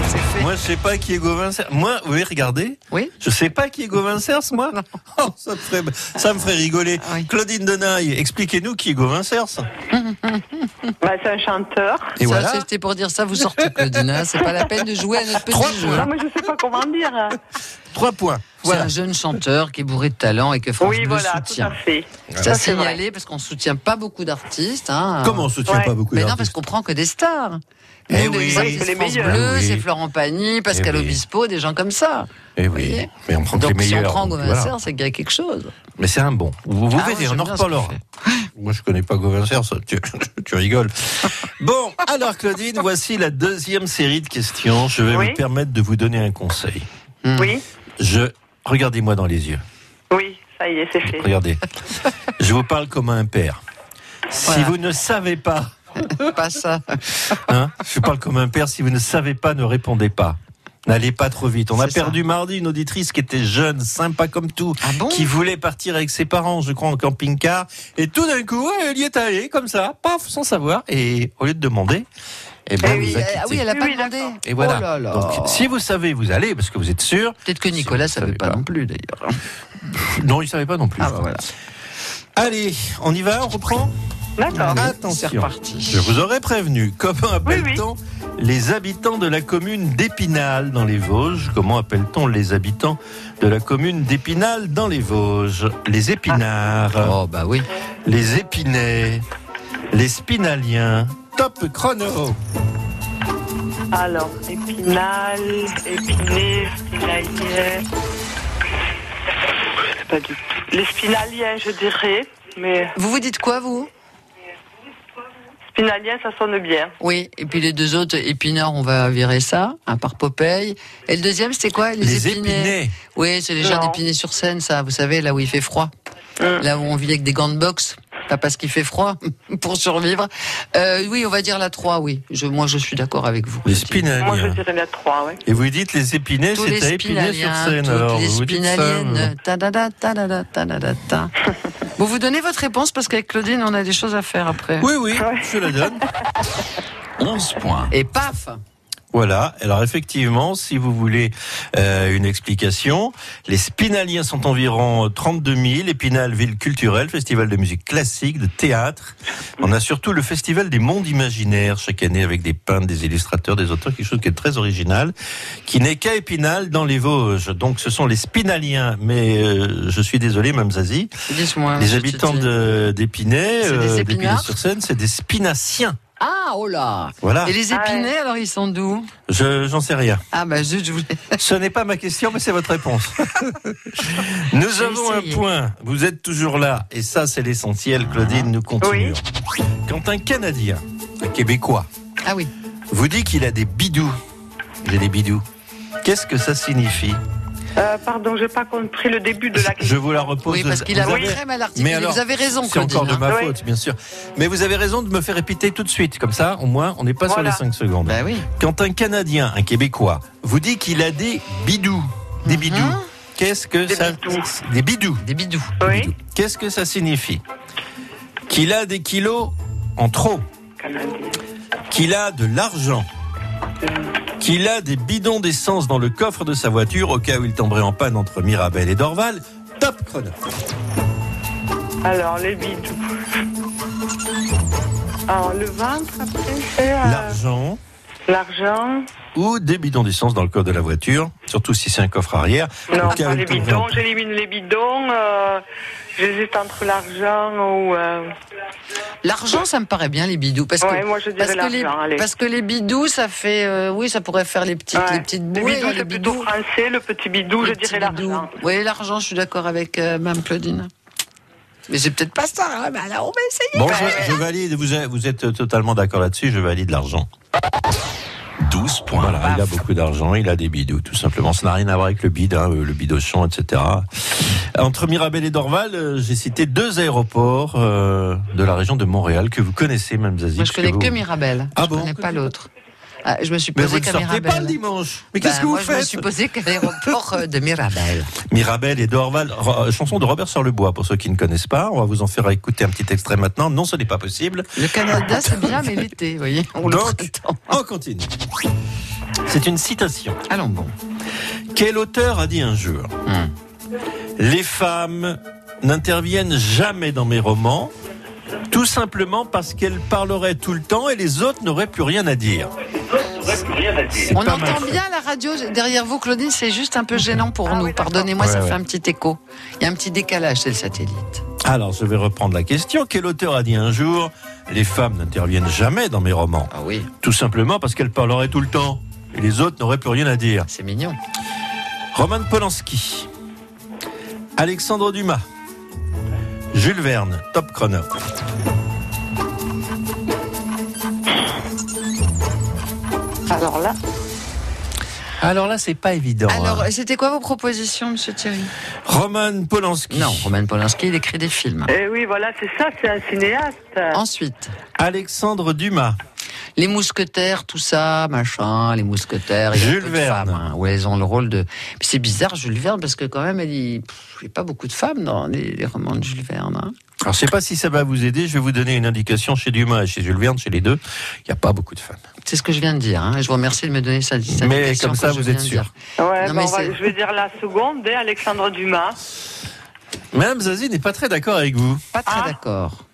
Speaker 3: C'est fait.
Speaker 1: Moi, je sais pas qui est Gauvin Cerf. Moi, oui, regardez.
Speaker 3: Oui.
Speaker 1: Je sais pas qui est Gauvin Cerf, moi. Oh, ça, me ferait, ça me ferait rigoler.
Speaker 3: Ah oui.
Speaker 1: Claudine Denaille, expliquez-nous qui est Gauvin Cerf.
Speaker 2: Bah, c'est un chanteur.
Speaker 1: Et
Speaker 3: Ça,
Speaker 1: voilà.
Speaker 3: C'était pour dire ça, vous sortez Claudine. hein. C'est pas la peine de jouer à notre
Speaker 1: Trois
Speaker 3: petit jeu.
Speaker 1: points.
Speaker 2: Non, mais je sais pas comment dire. hein.
Speaker 1: Trois points. Voilà.
Speaker 3: C'est un jeune chanteur qui est bourré de talent et que France
Speaker 2: oui,
Speaker 3: Bleu
Speaker 2: voilà,
Speaker 3: soutient.
Speaker 2: tout à fait. c'est
Speaker 3: Ça, c'est
Speaker 2: vrai.
Speaker 3: signalé parce qu'on soutient pas beaucoup d'artistes. Hein.
Speaker 1: Comment on soutient
Speaker 2: Ouais.
Speaker 1: pas beaucoup
Speaker 3: Mais non, parce
Speaker 1: d'artistes
Speaker 3: qu'on prend que des stars. Nous, les
Speaker 1: Eh oui.
Speaker 3: artistes
Speaker 2: C'est les
Speaker 3: France
Speaker 2: meilleurs.
Speaker 3: Bleu,
Speaker 1: Ah oui.
Speaker 3: c'est Florent Pagny, Pascal
Speaker 1: Eh oui.
Speaker 3: Obispo, des gens comme ça.
Speaker 1: Eh
Speaker 3: voyez
Speaker 1: oui. Mais on prend que
Speaker 3: Donc
Speaker 1: les
Speaker 3: si
Speaker 1: meilleurs.
Speaker 3: on prend
Speaker 1: donc
Speaker 3: Gauvin
Speaker 1: voilà.
Speaker 3: Serre, c'est qu'il y a quelque chose.
Speaker 1: Mais c'est un bon. Vous, vous
Speaker 3: Ah
Speaker 1: verrez,
Speaker 3: ouais,
Speaker 1: on
Speaker 3: j'aime
Speaker 1: en
Speaker 3: bien ce
Speaker 1: reparlera.
Speaker 3: qu'il
Speaker 1: Moi, je connais pas Gauvin Serre, ça, tu, tu rigoles. Bon, alors Claudine, voici la deuxième série de questions. Je vais
Speaker 2: Oui.
Speaker 1: me permettre de vous donner un conseil.
Speaker 2: Oui,
Speaker 1: Je regardez-moi dans les yeux.
Speaker 2: oui, ça y est, c'est fait.
Speaker 1: Regardez. je vous parle comme un père. Si
Speaker 3: Voilà.
Speaker 1: vous ne savez pas,
Speaker 3: Pas ça.
Speaker 1: hein, je vous parle comme un père. Si vous ne savez pas, ne répondez pas. N'allez pas trop vite. On a
Speaker 3: C'est ça.
Speaker 1: perdu mardi une auditrice qui était jeune, sympa comme tout,
Speaker 3: Ah bon
Speaker 1: qui voulait partir avec ses parents, je crois, en camping-car. Et tout d'un coup, elle y est allée, comme ça, paf, sans savoir. Et au lieu de demander, eh ben,
Speaker 2: Eh
Speaker 1: elle
Speaker 2: oui,
Speaker 1: nous a
Speaker 3: euh, ah oui,
Speaker 1: quittés.
Speaker 3: elle a pas
Speaker 2: Oui,
Speaker 3: demandé.
Speaker 2: d'accord.
Speaker 1: Et voilà.
Speaker 3: Oh là là.
Speaker 1: Donc, si vous savez, vous allez, parce que vous êtes sûr.
Speaker 3: Peut-être que Nicolas
Speaker 1: si vous
Speaker 3: savait
Speaker 1: savez
Speaker 3: pas,
Speaker 1: pas.
Speaker 3: non plus d'ailleurs.
Speaker 1: Non, il savait pas non plus.
Speaker 3: Ah,
Speaker 1: je
Speaker 3: bah
Speaker 1: crois.
Speaker 3: voilà.
Speaker 1: Allez, on y va, on reprend
Speaker 2: D'accord.
Speaker 3: Ah, C'est
Speaker 1: Attention.
Speaker 3: reparti.
Speaker 1: Je vous aurais prévenu, comment appelle-t-on les habitants de la commune d'Épinal dans les Vosges Comment appelle-t-on les habitants de la commune d'Épinal dans les Vosges Les épinards,
Speaker 3: Oh, bah oui.
Speaker 1: les épinais, les spinaliens. Top chrono
Speaker 2: Alors, épinal, épiné, spinalien. Je sais pas du tout. Les spinaliens, je dirais, mais
Speaker 3: Vous vous dites quoi, vous
Speaker 2: spinalien, ça sonne bien.
Speaker 3: Oui, et puis les deux autres, épinards, on va virer ça, à part Popeye. Et le deuxième, c'était quoi Les,
Speaker 1: Les
Speaker 3: épinets.
Speaker 1: épinais.
Speaker 3: Oui, c'est les gens
Speaker 2: Non.
Speaker 3: d'épinay sur scène, ça, vous savez, là où il fait froid.
Speaker 2: Mm.
Speaker 3: Là où on vit avec des gants de boxe. Pas parce qu'il fait froid pour survivre. Euh, oui, on va dire la 3, oui. Je, moi, je suis d'accord avec vous.
Speaker 1: Les
Speaker 3: Christine.
Speaker 2: Moi, je
Speaker 1: spinaliens.
Speaker 2: dirais la 3, oui.
Speaker 1: Et vous dites les épinais,
Speaker 3: Tous
Speaker 1: c'est à
Speaker 3: les
Speaker 1: épinay sur
Speaker 3: spinaliens,
Speaker 1: scène.
Speaker 3: toutes
Speaker 1: Alors,
Speaker 3: les
Speaker 1: vous dites ça, euh.
Speaker 3: spinaliennes. Ta-da-da, ta-da-da, ta-da-da, ta. Bon, vous donnez votre réponse parce qu'avec Claudine, on a des choses à faire après.
Speaker 1: vous- Oui, oui, je la donne.
Speaker 4: 11 points.
Speaker 3: Et paf
Speaker 1: Voilà, alors effectivement, si vous voulez euh, une explication, les Spinaliens sont environ 32 000, Épinal, ville culturelle, festival de musique classique, de théâtre. On a surtout le festival des mondes imaginaires chaque année avec des peintres, des illustrateurs, des auteurs, quelque chose qui est très original, qui n'est qu'à Épinal dans les Vosges. Donc ce sont les Spinaliens, mais euh, je suis désolé, Mme Zazie,
Speaker 3: Dites-moi.
Speaker 1: les
Speaker 3: Ah, je te
Speaker 1: habitants
Speaker 3: dis.
Speaker 1: de- d'Épinay,
Speaker 3: C'est des
Speaker 1: euh,
Speaker 3: épinards
Speaker 1: sur seine c'est des Spinaciens.
Speaker 3: Ah, oh là
Speaker 1: Voilà,
Speaker 3: Et les
Speaker 2: Ah ouais.
Speaker 3: épinets, alors, ils sont d'où
Speaker 1: je j'en sais rien.
Speaker 3: Ah, bah zut, je voulais...
Speaker 1: Ce n'est pas ma question, mais c'est votre réponse. Nous
Speaker 3: J'ai
Speaker 1: avons un
Speaker 3: essayé.
Speaker 1: point. Vous êtes toujours là. Et ça, c'est l'essentiel. Claudine, nous continuons. Quand un Canadien, un Québécois,
Speaker 3: Ah oui.
Speaker 1: vous dit qu'il a des bidous, j'ai des bidous, qu'est-ce que ça signifie
Speaker 2: Euh, pardon, j'ai pas compris le début de la
Speaker 1: Je
Speaker 2: question.
Speaker 1: vous la repose.
Speaker 3: Oui, parce qu'il a
Speaker 1: Vous avez-
Speaker 3: très mal articulé.
Speaker 1: Mais alors,
Speaker 3: vous avez raison,
Speaker 1: C'est
Speaker 3: Claudine.
Speaker 1: encore de
Speaker 3: hein.
Speaker 1: ma
Speaker 2: Oui.
Speaker 1: faute, bien sûr. Mais vous avez raison de me faire répéter tout de suite. Comme ça, au moins, on n'est pas
Speaker 2: Voilà.
Speaker 1: sur les 5 secondes.
Speaker 3: Bah oui.
Speaker 1: Quand un Canadien, un Québécois, vous dit qu'il a des bidous, des bidous, qu'est-ce que
Speaker 2: Mhm. Des
Speaker 1: ça...
Speaker 2: bidous.
Speaker 1: Des bidous.
Speaker 3: Des bidous.
Speaker 2: Oui.
Speaker 1: Qu'est-ce que ça signifie Qu'il a des kilos en trop,
Speaker 2: Canadien.
Speaker 1: qu'il a de l'argent, qu'il a des bidons d'essence dans le coffre de sa voiture au cas où il tomberait en panne entre Mirabel et Dorval. Top chrono.
Speaker 2: Alors, les bidous. Alors, le ventre, après, c'est euh,
Speaker 1: L'argent
Speaker 2: l'argent.
Speaker 1: ou des bidons d'essence dans le coffre de la voiture, surtout si c'est un coffre arrière.
Speaker 2: Non,
Speaker 1: au cas
Speaker 2: pas
Speaker 1: où
Speaker 2: les
Speaker 1: il tomberait en
Speaker 2: bidons.
Speaker 1: panne.
Speaker 2: J'élimine les bidons. euh, J'hésite entre l'argent ou... euh,
Speaker 3: L'argent, ça me paraît bien, les bidous. Parce
Speaker 2: Ouais,
Speaker 3: que,
Speaker 2: moi, je dirais
Speaker 3: parce que, les,
Speaker 2: l'argent, allez.
Speaker 3: parce que les bidous, ça fait. euh, oui, ça pourrait faire les petites,
Speaker 2: ouais.
Speaker 3: les petites
Speaker 2: Les
Speaker 3: bouées.
Speaker 2: bidous, c'est plutôt français. Le petit bidou, je dirais hein. l'argent.
Speaker 3: Oui, l'argent, je suis d'accord avec euh, Mme Claudine. Mais c'est peut-être pas ça, hein, mais alors on va essayer.
Speaker 1: Bon, je, je valide, vous êtes, vous êtes totalement d'accord là-dessus, je valide l'argent.
Speaker 4: 12 points.
Speaker 1: Voilà, il a beaucoup d'argent, il a des bidous, tout simplement. Ça n'a rien à voir avec le bide, hein, euh, le bidochon, etc. Entre Mirabel et Dorval, euh, j'ai cité deux aéroports euh, de la région de Montréal que vous connaissez, même Zazie.
Speaker 3: Moi, je
Speaker 1: puisque
Speaker 3: connais
Speaker 1: vous-
Speaker 3: que Mirabel.
Speaker 1: Ah
Speaker 3: je
Speaker 1: bon
Speaker 3: connais pas l'autre. Ah, je me suis
Speaker 1: Mais vous
Speaker 3: posée
Speaker 1: ne
Speaker 3: qu'à
Speaker 1: sortez pas le
Speaker 3: Mirabel.
Speaker 1: dimanche. Mais
Speaker 3: Bah,
Speaker 1: qu'est-ce que vous
Speaker 3: moi, je me
Speaker 1: faites
Speaker 3: suis posée qu'à l'aéroport euh, de Mirabel.
Speaker 1: Mirabel et Dorval, ro- chanson de Robert Charlebois, pour ceux qui ne connaissent pas. On va vous en faire écouter un petit extrait maintenant. Non, ce n'est pas possible.
Speaker 3: Le Canada, c'est bien, mais l'été, vous voyez. On le
Speaker 1: Donc-
Speaker 3: printemps.
Speaker 1: On continue. C'est une citation.
Speaker 3: Allons bon.
Speaker 1: Quel auteur a dit un jour Les femmes n'interviennent jamais dans mes romans, tout simplement parce qu'elles parleraient tout le temps et les autres n'auraient plus rien à dire. C'est
Speaker 3: On
Speaker 1: pas mal
Speaker 3: entend
Speaker 1: fait.
Speaker 3: bien la radio derrière vous, Claudine. C'est juste un peu gênant pour
Speaker 2: Ah
Speaker 3: nous.
Speaker 2: oui, d'accord.
Speaker 3: Pardonnez-moi,
Speaker 1: Ouais,
Speaker 3: ça
Speaker 1: ouais.
Speaker 3: fait un petit écho. Il y a un petit décalage, c'est le satellite.
Speaker 1: Alors, je vais reprendre la question. Quel auteur a dit un jour Les femmes n'interviennent jamais dans mes romans,
Speaker 3: Ah oui,
Speaker 1: tout simplement parce qu'elles parleraient tout le temps et les autres n'auraient plus rien à dire
Speaker 3: c'est mignon.
Speaker 1: Roman Polanski, Alexandre Dumas, Jules Verne, top chrono.
Speaker 2: Alors là,
Speaker 1: Alors là, c'est pas évident.
Speaker 3: Alors,
Speaker 1: hein.
Speaker 3: c'était quoi vos propositions, Monsieur Thierry
Speaker 1: Roman Polanski.
Speaker 3: Non, Roman Polanski, il écrit des films.
Speaker 2: eh oui, voilà, c'est ça, c'est un cinéaste.
Speaker 3: Ensuite,
Speaker 1: Alexandre Dumas.
Speaker 3: les mousquetaires, tout ça, machin, les mousquetaires. il y a
Speaker 1: Jules
Speaker 3: peu de
Speaker 1: Verne.
Speaker 3: femmes, hein, où elles ont le rôle de. Puis C'est bizarre, Jules Verne, parce que quand même, elle y- pff, il n'y a pas beaucoup de femmes dans les, les romans de Jules Verne. hein.
Speaker 1: Alors, je sais pas si ça va vous aider. Je vais vous donner une indication chez Dumas et chez Jules Verne, chez les deux. Il n'y a pas beaucoup de femmes.
Speaker 3: C'est ce que je viens de dire. hein, et Je vous remercie de me donner cette cette
Speaker 1: Mais
Speaker 3: indication
Speaker 1: comme ça,
Speaker 3: que je
Speaker 1: vous êtes
Speaker 3: viens de
Speaker 1: sûr.
Speaker 3: dire.
Speaker 2: Ouais,
Speaker 3: Oh.
Speaker 2: bon,
Speaker 3: Non, mais
Speaker 2: on va-
Speaker 3: c'est-
Speaker 2: je vais dire la seconde, eh, Alexandre Dumas.
Speaker 1: Madame Zazie n'est pas très d'accord avec vous.
Speaker 3: Pas très
Speaker 2: Ah.
Speaker 3: d'accord.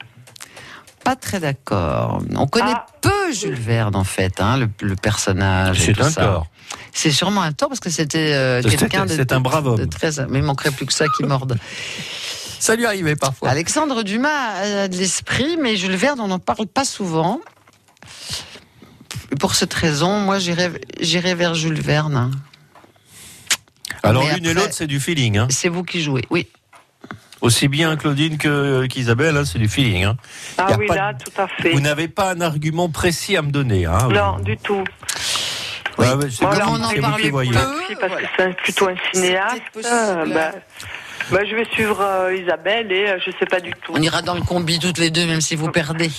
Speaker 3: pas très d'accord. On connaît
Speaker 2: Ah.
Speaker 3: peu Jules Verne, en fait, hein, le, le personnage. et
Speaker 1: C'est
Speaker 3: Ah, tout
Speaker 1: un
Speaker 3: ça.
Speaker 1: tort.
Speaker 3: C'est sûrement un tort parce que c'était euh,
Speaker 1: C'était-
Speaker 3: quelqu'un de.
Speaker 1: c'est un brave homme.
Speaker 3: de très- mais il manquerait plus que ça qui morde.
Speaker 1: Ça lui arrivait parfois.
Speaker 3: Alexandre Dumas a de l'esprit, mais Jules Verne, on n'en parle pas souvent. Pour cette raison, moi, j'irai j'irai vers Jules Verne.
Speaker 1: Alors
Speaker 3: Mais
Speaker 1: l'une et
Speaker 3: après-
Speaker 1: l'autre, c'est du feeling. hein.
Speaker 3: C'est vous qui jouez. Oui.
Speaker 1: Aussi bien Claudine que- qu'Isabelle, hein, c'est du feeling. hein.
Speaker 2: Ah
Speaker 1: Y a
Speaker 2: oui,
Speaker 1: pas
Speaker 2: là, tout à fait.
Speaker 1: Vous n'avez pas un argument précis à me donner. hein.
Speaker 2: Non, du tout.
Speaker 1: Ouais, ouais, c'est
Speaker 2: Voilà,
Speaker 1: vous-
Speaker 2: on en
Speaker 1: c'est vous
Speaker 3: parlait
Speaker 1: qui voyez.
Speaker 3: plus.
Speaker 2: Merci, parce
Speaker 3: voilà.
Speaker 2: que c'est un- plutôt un
Speaker 3: C'est
Speaker 2: cinéaste.
Speaker 3: peut-être possible.
Speaker 2: Euh, bah, bah, je vais suivre euh, Isabelle et euh, je sais pas du tout.
Speaker 3: On ira dans le combi toutes les deux, même si vous perdez.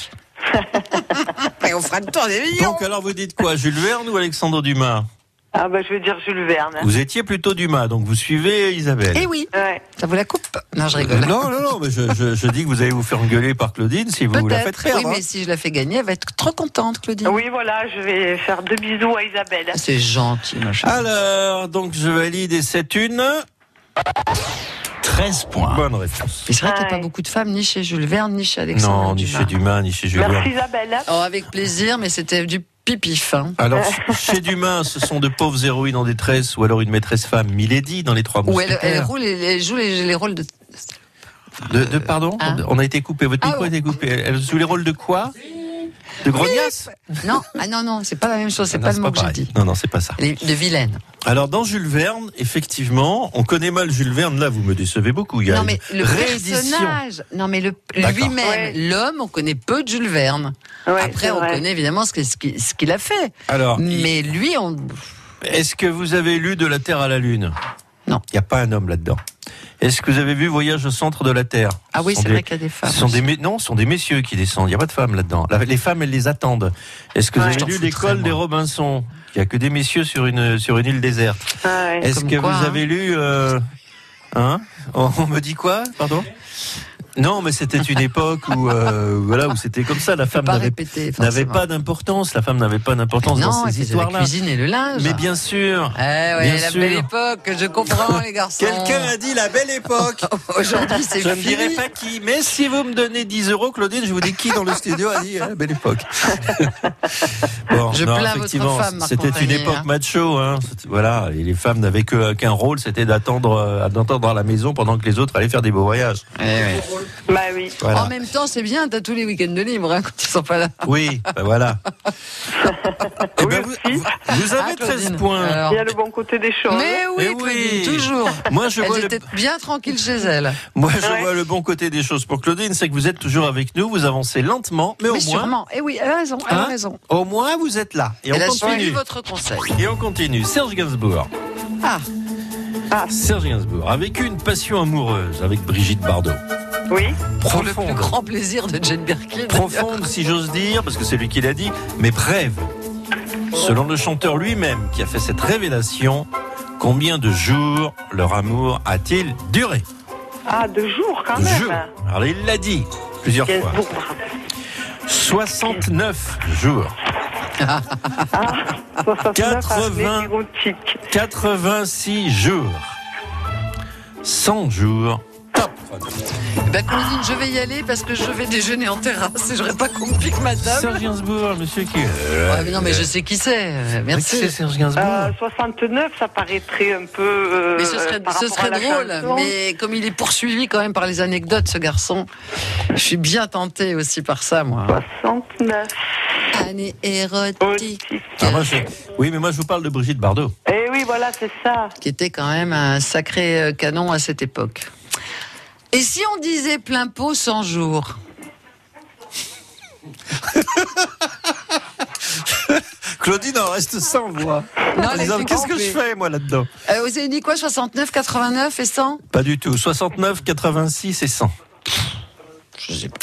Speaker 3: Et on fera le tour des millions.
Speaker 1: Donc alors vous dites quoi, Jules Verne ou Alexandre Dumas
Speaker 2: Ah bah je vais dire Jules Verne.
Speaker 1: Vous étiez plutôt Dumas, donc vous suivez Isabelle.
Speaker 3: Eh oui,
Speaker 2: Ouais.
Speaker 3: ça vous la coupe. Non, je rigole.
Speaker 1: Non, non, non, mais je, je- je dis que vous allez vous faire engueuler par Claudine si vous la faites hein. Ah
Speaker 3: Peut-être.
Speaker 1: perdre.
Speaker 3: Oui, mais si je la fais gagner, elle va être trop contente, Claudine.
Speaker 2: Oui, voilà, je vais faire deux bisous à Isabelle.
Speaker 3: C'est gentil, ma
Speaker 1: Ah,
Speaker 3: chérie.
Speaker 1: Alors, donc je valide et c'est une
Speaker 4: 13 points.
Speaker 1: bonne réponse.
Speaker 3: Mais c'est vrai qu'il n'y a
Speaker 2: Ouais.
Speaker 3: pas beaucoup de femmes, ni chez Jules Verne, ni chez Alexandre.
Speaker 1: Non, ni
Speaker 3: Dumas.
Speaker 1: chez Dumas, ni chez Jules
Speaker 2: Merci
Speaker 1: Verne.
Speaker 2: Isabelle.
Speaker 3: Oh, avec plaisir, mais c'était du pipif. Hein.
Speaker 1: Alors, chez Dumas, ce sont de pauvres héroïnes en détresse ou alors une maîtresse femme, Milady, dans les trois
Speaker 3: Où elle, elle
Speaker 1: mousquetaires.
Speaker 3: roule et elle joue les, les rôles de.
Speaker 1: de, de- pardon
Speaker 3: Hein
Speaker 1: On a été coupé, votre
Speaker 3: Ah,
Speaker 1: micro a été coupé. Elle joue les rôles de quoi De grognasse
Speaker 3: Non, ah non, non, c'est pas la même chose, c'est
Speaker 1: Ah non,
Speaker 3: pas le mot que j'ai
Speaker 1: pareil.
Speaker 3: dit.
Speaker 1: Non, non, c'est pas ça.
Speaker 3: Elle est De vilaine.
Speaker 1: Alors dans Jules Verne, effectivement, on connaît mal Jules Verne. Là, vous me décevez beaucoup. Il y a
Speaker 3: Non, mais
Speaker 1: une
Speaker 3: le
Speaker 1: réédition.
Speaker 3: personnage, non, mais le-
Speaker 1: D'accord.
Speaker 3: lui-même, l'homme, on connaît peu de Jules Verne.
Speaker 2: Ouais,
Speaker 3: Après,
Speaker 2: c'est
Speaker 3: on
Speaker 2: vrai.
Speaker 3: connaît évidemment ce que- ce qu'il ce qu'il a fait.
Speaker 1: Alors,
Speaker 3: Mais lui, on.
Speaker 1: est-ce que vous avez lu De la Terre à la Lune
Speaker 3: Non.
Speaker 1: Il n'y a pas un homme là-dedans. Est-ce que vous avez vu Voyage au centre de la Terre
Speaker 3: Ah oui,
Speaker 1: Ce sont
Speaker 3: c'est
Speaker 1: des-
Speaker 3: vrai qu'il y a des femmes.
Speaker 1: Ce sont des mé- non, ce sont des messieurs qui descendent. Il n'y a pas de femmes là-dedans. La- Les femmes, elles les attendent. Est-ce que vous
Speaker 2: Ouais.
Speaker 1: avez
Speaker 3: Ah, Je
Speaker 1: lu
Speaker 3: t'en foutrais,
Speaker 1: l'école des
Speaker 3: moi.
Speaker 1: Robinson Il n'y a que des messieurs sur une sur une île déserte.
Speaker 2: Ouais.
Speaker 1: Est-ce
Speaker 3: Comme
Speaker 1: que
Speaker 3: quoi,
Speaker 1: vous
Speaker 3: hein.
Speaker 1: avez lu euh, Hein on, on me dit quoi Pardon Non, mais c'était une époque où euh, voilà où c'était comme ça. La femme
Speaker 3: pas
Speaker 1: n'avait
Speaker 3: répéter.
Speaker 1: n'avait
Speaker 3: forcément.
Speaker 1: pas d'importance. La femme n'avait pas d'importance
Speaker 3: Non,
Speaker 1: dans
Speaker 3: elle
Speaker 1: ces
Speaker 3: faisait la
Speaker 1: histoires-là.
Speaker 3: cuisine et le linge.
Speaker 1: Mais bien sûr.
Speaker 3: Eh ouais,
Speaker 1: Bien
Speaker 3: la
Speaker 1: sûr.
Speaker 3: belle époque, je comprends les garçons.
Speaker 1: Quelqu'un a dit la belle époque.
Speaker 3: Aujourd'hui, c'est
Speaker 1: Je ne
Speaker 3: fini.
Speaker 1: dirai pas qui, mais si vous me donnez 10 euros, Claudine, je vous dis qui dans le studio a dit hein, belle époque. bon,
Speaker 3: Je plains votre femme, Marc
Speaker 1: c'était une
Speaker 3: Montagnier,
Speaker 1: époque
Speaker 3: hein.
Speaker 1: macho. Hein. C'était- Voilà, et les femmes n'avaient que- euh, qu'un rôle, c'était d'attendre, euh, d'attendre à la maison pendant que les autres allaient faire des beaux voyages.
Speaker 3: Eh ouais.
Speaker 2: Bah oui.
Speaker 1: Voilà.
Speaker 3: En même temps, c'est bien, t'as tous les week-ends de libre hein, quand ils sont pas là.
Speaker 1: Oui, ben voilà. Eh ben,
Speaker 2: Oui,
Speaker 1: vous,
Speaker 2: aussi.
Speaker 1: vous avez
Speaker 3: Ah,
Speaker 1: 13
Speaker 3: Claudine.
Speaker 1: points.
Speaker 3: Alors.
Speaker 2: Il y a le bon côté des choses.
Speaker 3: Mais oui,
Speaker 1: Eh oui.
Speaker 3: Claudine, toujours.
Speaker 1: Moi, je, vois
Speaker 3: Elle
Speaker 1: le,
Speaker 3: était bien tranquille chez elle.
Speaker 1: moi, je
Speaker 2: Ouais.
Speaker 1: vois le bon côté des choses pour Claudine, c'est que vous êtes toujours avec nous, vous avancez lentement,
Speaker 3: Mais
Speaker 1: mais, au moins,
Speaker 3: sûrement. Eh oui, elle a raison, elle a
Speaker 1: Hein
Speaker 3: raison.
Speaker 1: au moins vous êtes là. Et
Speaker 3: elle a
Speaker 1: on
Speaker 3: suivi
Speaker 1: continue.
Speaker 3: votre conseil.
Speaker 1: Et on continue. Serge Gainsbourg.
Speaker 3: Ah.
Speaker 1: Serge Gainsbourg a vécu une passion amoureuse avec Brigitte Bardot.
Speaker 2: Oui.
Speaker 3: Pour le plus
Speaker 1: Profonde.
Speaker 3: grand plaisir de Jane Birkin.
Speaker 1: Profonde, si j'ose dire, parce que c'est lui qui l'a dit, mais brève. Selon le chanteur lui-même qui a fait cette révélation, combien de jours leur amour a-t-il duré
Speaker 2: Ah, deux jours quand
Speaker 1: De
Speaker 2: même.
Speaker 1: jours. Alors il l'a dit plusieurs fois.
Speaker 2: Gainsbourg, bravo.
Speaker 1: 69 jours.
Speaker 2: Ah, 69 avenue
Speaker 1: 80.
Speaker 2: Négotique.
Speaker 1: 86 jours. 100 jours.
Speaker 3: Ben, Claudine, je vais y aller parce que je vais déjeuner en terrasse et j'aurais pas qu'on me pique ma table.
Speaker 1: Serge Gainsbourg, monsieur qui
Speaker 3: Ouais, mais non, mais je sais qui c'est. Euh,
Speaker 1: Qui c'est
Speaker 3: Merci.
Speaker 1: Serge Gainsbourg
Speaker 2: Euh, 69, ça paraîtrait un peu. euh,
Speaker 3: Mais ce serait,
Speaker 2: par
Speaker 3: ce
Speaker 2: rapport
Speaker 3: serait
Speaker 2: à la
Speaker 3: drôle,
Speaker 2: chanson.
Speaker 3: mais comme il est poursuivi quand même par les anecdotes, ce garçon, je suis bien tentée aussi par ça,
Speaker 2: Bah.
Speaker 3: moi.
Speaker 2: 69.
Speaker 3: Année érotique,
Speaker 2: Autistique.
Speaker 1: Ah, moi, je- Oui, mais moi je vous parle de Brigitte Bardot.
Speaker 2: Eh oui, voilà, c'est ça.
Speaker 3: qui était quand même un sacré euh, canon à cette époque. Et si on disait plein pot 100 jours
Speaker 1: Claudine en reste sans voix.
Speaker 3: Non,
Speaker 1: En
Speaker 3: elle
Speaker 1: disant,
Speaker 3: était
Speaker 1: Qu'est-ce que
Speaker 3: coupée.
Speaker 1: je fais moi là-dedans
Speaker 3: Euh, Vous avez dit quoi 69, 89 et 100
Speaker 1: Pas du tout. 69, 86 et 100.
Speaker 3: Je sais pas.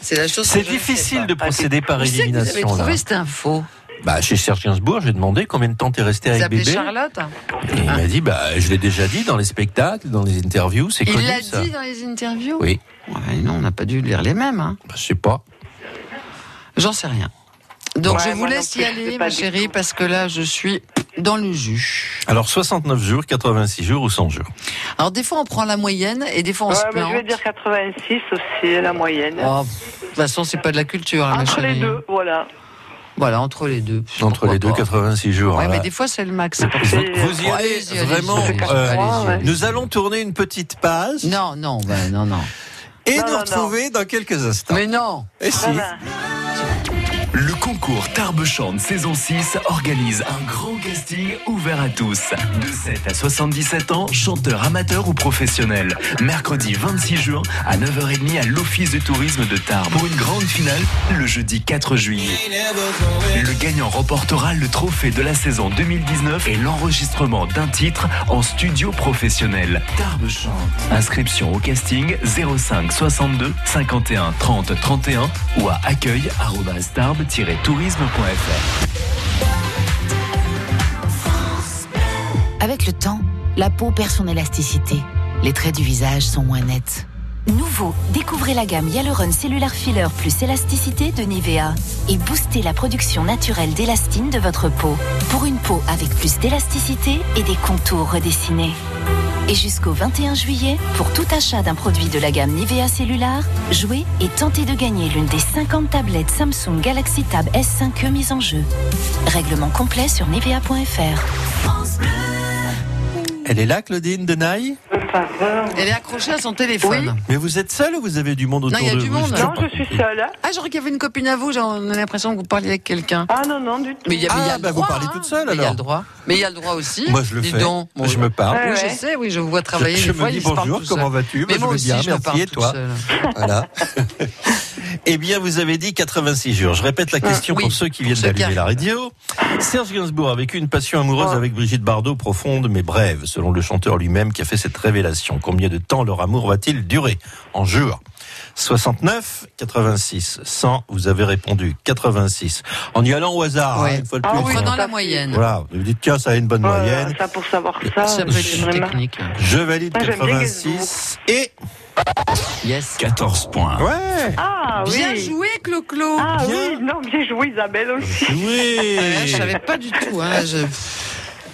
Speaker 3: C'est la chose que
Speaker 1: C'est
Speaker 3: je ne sais
Speaker 1: difficile
Speaker 3: pas.
Speaker 1: de procéder par
Speaker 3: Où c'est que vous avez
Speaker 1: élimination.
Speaker 3: trouvé
Speaker 1: là.
Speaker 3: cette info
Speaker 1: Bah, chez Serge Gainsbourg, j'ai demandé combien de temps t'es resté
Speaker 3: Vous
Speaker 1: avec
Speaker 3: appelez
Speaker 1: bébé.
Speaker 3: Charlotte
Speaker 1: Et il m'a dit, bah, je l'ai déjà dit dans les spectacles, dans les interviews, c'est
Speaker 3: Il
Speaker 1: connu
Speaker 3: l'a
Speaker 1: ça.
Speaker 3: dit dans les interviews
Speaker 1: Oui,
Speaker 3: Ouais, non, on n'a pas dû lire les mêmes. hein.
Speaker 1: bah, je sais pas.
Speaker 3: J'en sais rien. Donc
Speaker 2: Ouais,
Speaker 3: je
Speaker 2: moi
Speaker 3: vous
Speaker 2: non
Speaker 3: laisse
Speaker 2: plus,
Speaker 3: y
Speaker 2: je sais
Speaker 3: aller,
Speaker 2: pas
Speaker 3: ma
Speaker 2: du
Speaker 3: chérie,
Speaker 2: tout.
Speaker 3: parce que là, je suis dans le jus.
Speaker 1: Alors 69 jours, 86 jours ou 100 jours.
Speaker 3: Alors des fois on prend la moyenne et des fois on
Speaker 2: Ouais,
Speaker 3: se
Speaker 2: mais je
Speaker 3: plante.
Speaker 2: vais dire 86 aussi, la moyenne.
Speaker 3: Oh, de toute façon, c'est pas de la culture, hein, ma
Speaker 2: Entre les
Speaker 3: chérie.
Speaker 2: deux, voilà.
Speaker 3: Voilà, entre les deux.
Speaker 1: Entre les deux,
Speaker 3: Pourquoi pas.
Speaker 1: 86 jours.
Speaker 3: Ouais,
Speaker 1: hein,
Speaker 3: mais
Speaker 1: là.
Speaker 3: des fois c'est le max. c'est pour ça.
Speaker 2: C'est-
Speaker 1: Vous y
Speaker 3: Oh,
Speaker 1: allez
Speaker 3: allez-y, allez-y,
Speaker 1: vraiment.
Speaker 3: allez-y,
Speaker 1: euh,
Speaker 3: allez-y, allez-y.
Speaker 1: nous allons tourner une petite page
Speaker 3: Non, non, bah, non, non.
Speaker 1: et
Speaker 2: Non,
Speaker 1: nous
Speaker 2: non,
Speaker 1: retrouver dans quelques instants.
Speaker 3: Mais non.
Speaker 1: Et si.
Speaker 2: Voilà.
Speaker 6: Le concours Tarbes Chante saison 6 organise un grand casting ouvert à tous. De 7 à 77 ans, chanteurs amateurs ou professionnels. Mercredi 26 juin à 9h30 à l'Office de tourisme de Tarbes. Pour une grande finale, le jeudi 4 juillet. Le gagnant remportera le trophée de la saison 2019 et l'enregistrement d'un titre en studio professionnel. Tarbes chante. Inscription au casting 05 62 51 30 31 ou à accueil-tarbes-tourisme.fr.
Speaker 9: Avec le temps, la peau perd son élasticité. Les traits du visage sont moins nets.
Speaker 10: Nouveau, découvrez la gamme Hyaluron Cellular Filler plus élasticité de Nivea et boostez la production naturelle d'élastine de votre peau pour une peau avec plus d'élasticité et des contours redessinés. Et jusqu'au 21 juillet, pour tout achat d'un produit de la gamme Nivea Cellular, jouez et tentez de gagner l'une des 50 tablettes Samsung Galaxy Tab S5e mises en jeu. Règlement complet sur nivea.fr.
Speaker 1: Elle est là, Claudine Denaille
Speaker 2: euh,
Speaker 3: Elle est accrochée à son téléphone.
Speaker 1: Mais vous êtes seule ou vous avez du monde
Speaker 3: Non,
Speaker 1: autour
Speaker 3: il y a
Speaker 1: de
Speaker 3: du
Speaker 1: vous
Speaker 3: monde.
Speaker 1: J'ai
Speaker 2: Non,
Speaker 1: pas
Speaker 2: je
Speaker 1: compris.
Speaker 2: suis seule. hein.
Speaker 3: Ah, j'aurais qu'il y avait une copine à vous, j'ai on a l'impression que vous parliez avec quelqu'un.
Speaker 2: Ah non, non, du tout.
Speaker 3: Mais il y a, mais il y a
Speaker 1: Ah,
Speaker 3: le
Speaker 1: bah, vous
Speaker 3: droit,
Speaker 1: parlez
Speaker 3: hein.
Speaker 1: toute seule,
Speaker 3: Mais Il y a
Speaker 1: alors.
Speaker 3: le droit. Mais il y a le droit aussi.
Speaker 1: Moi, je le
Speaker 3: Dis
Speaker 1: fais.
Speaker 3: donc. Bon,
Speaker 1: je me parle.
Speaker 2: Ouais,
Speaker 3: Oui, je
Speaker 2: ouais.
Speaker 3: sais, oui, je vous vois travailler.
Speaker 1: je
Speaker 3: des fois,
Speaker 1: me dis
Speaker 3: ils se parlent
Speaker 1: bonjour,
Speaker 3: tout
Speaker 1: comment
Speaker 3: seuls.
Speaker 1: vas-tu
Speaker 3: Mais
Speaker 1: Bah,
Speaker 3: moi
Speaker 1: Je
Speaker 3: aussi,
Speaker 1: me dis,
Speaker 3: je
Speaker 1: ah,
Speaker 3: me parle
Speaker 1: merci, et
Speaker 3: toute
Speaker 1: toi
Speaker 3: seule.
Speaker 1: Voilà. eh bien, vous avez dit 86 jours. Je répète la question
Speaker 3: oui,
Speaker 1: pour ceux qui
Speaker 3: pour
Speaker 1: viennent
Speaker 3: ceux qui
Speaker 1: d'allumer la
Speaker 3: arrivent.
Speaker 1: radio. Serge Gainsbourg a vécu une passion amoureuse
Speaker 2: Ouais.
Speaker 1: avec Brigitte Bardot, profonde mais brève, selon le chanteur lui-même qui a fait cette révélation. Combien de temps leur amour va-t-il durer En jours 69, 86, 100, vous avez répondu 86. En y allant au hasard,
Speaker 3: Ouais.
Speaker 1: hein, une fois de
Speaker 2: Ah
Speaker 1: plus.
Speaker 2: oui,
Speaker 1: hein.
Speaker 3: Prenons
Speaker 2: tout
Speaker 3: la
Speaker 2: à fait.
Speaker 3: moyenne.
Speaker 1: Voilà, vous dites tiens, ça a une bonne
Speaker 2: Voilà,
Speaker 1: moyenne.
Speaker 2: ça pour savoir ça,
Speaker 3: Ça peut être une
Speaker 2: j'aimerais bien.
Speaker 3: technique. hein.
Speaker 1: Je valide
Speaker 2: Moi, j'aime bien
Speaker 1: 86 et
Speaker 3: Yes.
Speaker 4: 14 points.
Speaker 1: ouais.
Speaker 2: Ah oui.
Speaker 3: Bien joué, Clo-Clo.
Speaker 2: Ah
Speaker 1: Bien.
Speaker 2: oui, non, bien joué Isabelle aussi.
Speaker 1: Oui.
Speaker 3: Ouais, Ah, Eh, je savais pas du tout. Hein. Je...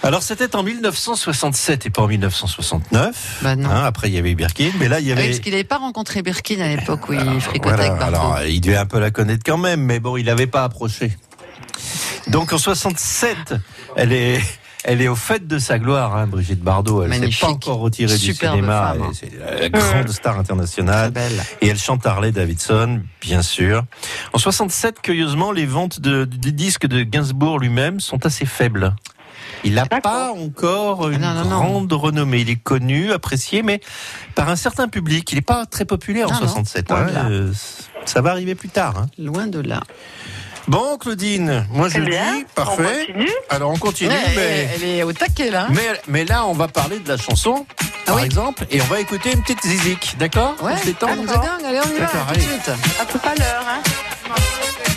Speaker 1: Alors c'était en 1967 et pas en 1969.
Speaker 3: Bah non.
Speaker 1: Hein, après il y avait Birkin, mais là il y
Speaker 3: Oui,
Speaker 1: avait.
Speaker 3: parce qu'il n'avait pas rencontré Birkin à l'époque où il fricotait
Speaker 1: Voilà,
Speaker 3: avec Barbeau.
Speaker 1: alors euh, il devait un peu la connaître quand même, mais bon il n'avait pas approché. Donc en 67, elle est. Elle est au fait de sa gloire, hein, Brigitte Bardot. Elle s'est
Speaker 3: Magnifique.
Speaker 1: pas encore retirée
Speaker 3: Superbe
Speaker 1: du cinéma.
Speaker 3: femme, hein.
Speaker 1: et C'est la grande star internationale.
Speaker 3: belle.
Speaker 1: Et elle chante Harley Davidson, bien sûr. En 67, curieusement, les ventes de, des disques de Gainsbourg lui-même sont assez faibles. Il n'a pas encore une
Speaker 3: Ah, non, non, non.
Speaker 1: grande renommée. Il est connu, apprécié, mais par un certain public. Il n'est pas très populaire en
Speaker 3: Non, non.
Speaker 1: 67.
Speaker 3: Loin
Speaker 1: hein.
Speaker 3: de là.
Speaker 1: Euh, ça va arriver plus tard. hein.
Speaker 3: Loin de là.
Speaker 1: Bon, Claudine, moi je
Speaker 2: Très bien.
Speaker 1: dis, parfait.
Speaker 2: On continue.
Speaker 1: Alors on continue,
Speaker 3: Ouais,
Speaker 1: mais...
Speaker 3: elle, est au taquet là. hein.
Speaker 1: Mais, mais là, on va parler de la chanson,
Speaker 3: Ah
Speaker 1: par
Speaker 3: oui.
Speaker 1: exemple, et on va écouter une petite zizik, d'accord
Speaker 3: Ouais,
Speaker 1: On se détend
Speaker 3: on se dingue, allez, on y va
Speaker 1: D'accord,
Speaker 3: tout de
Speaker 1: allez.
Speaker 3: suite.
Speaker 2: À tout à l'heure. Hein.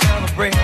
Speaker 7: Celebrate.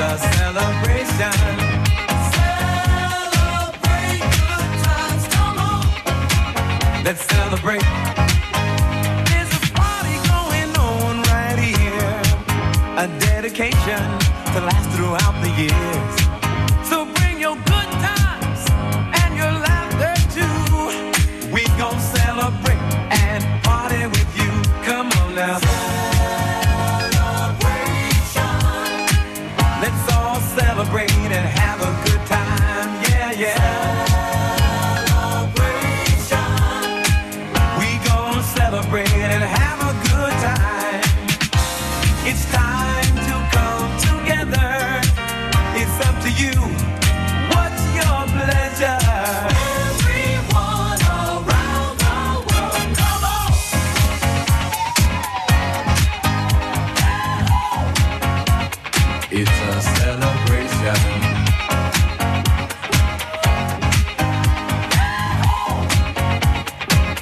Speaker 11: a celebration. Celebrate good times, come on. Let's celebrate. There's a party going on right here. A dedication to last throughout the years. So bring your good times and your laughter too. We gon' celebrate and party with you. Come on now. Let's all celebrate and have a good time. Yeah, yeah. Celebration. We gon' celebrate and have a good time. It's time to come together. It's up to you. What's your pleasure? Everyone around the world, come on. It's a celebration.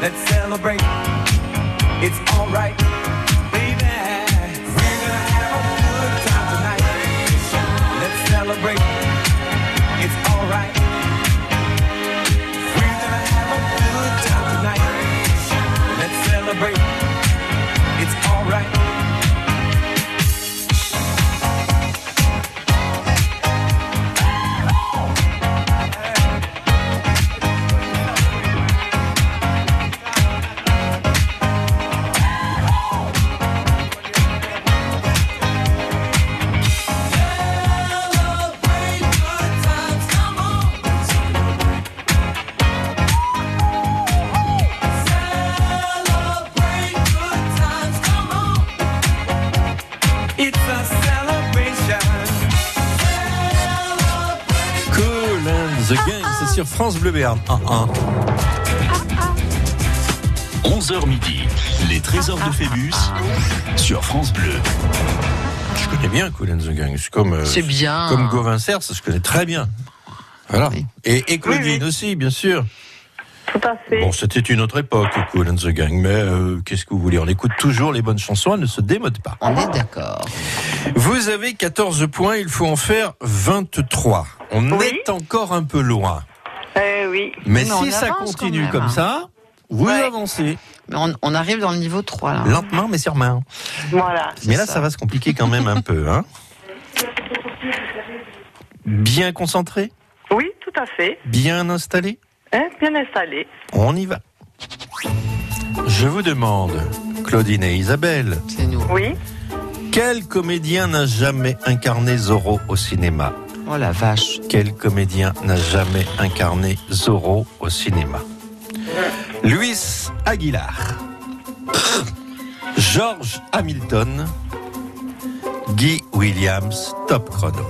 Speaker 11: Let's celebrate. It's alright. Baby, we're gonna have a good time tonight. Let's celebrate. It's alright. We're gonna have a good time tonight. Let's celebrate. It's alright. It's a celebration.
Speaker 1: Cool and the Gang, c'est sur France Bleu Ah, Béarn. 1-1.
Speaker 4: 11h midi, les trésors de Phébus sur France Bleu.
Speaker 1: Je connais bien Cool and the Gang. C'est comme, euh,
Speaker 3: C'est bien.
Speaker 1: Comme Gauvin Serre, ça, je connais très bien. Voilà. Et, et Claudine
Speaker 3: Oui, oui.
Speaker 1: aussi, bien sûr.
Speaker 2: Tout à fait.
Speaker 1: Bon, c'était une autre époque, Cool and the Gang, mais euh, qu'est-ce que vous voulez On écoute toujours les bonnes chansons, elles ne se démodent pas.
Speaker 3: On est d'accord.
Speaker 1: Vous avez 14 points, il faut en faire 23. On est encore un peu loin.
Speaker 2: Eh oui.
Speaker 1: Mais si ça continue
Speaker 3: hein.
Speaker 1: comme ça, vous avancez.
Speaker 3: Mais on, on arrive dans le niveau 3 là. hein.
Speaker 1: lentement mais sûrement.
Speaker 2: Voilà.
Speaker 1: Mais là, ça. va se compliquer quand même un peu. Hein bien concentré,
Speaker 2: Oui, tout à fait.
Speaker 1: bien installé,
Speaker 2: Hein, bien installé.
Speaker 1: on y va. Je vous demande, Claudine et Isabelle,
Speaker 2: Oui.
Speaker 1: quel comédien n'a jamais incarné Zorro au cinéma
Speaker 3: Oh la vache.
Speaker 1: Quel comédien n'a jamais incarné Zorro au cinéma Luis Aguilar. George Hamilton. Guy Williams, top chrono.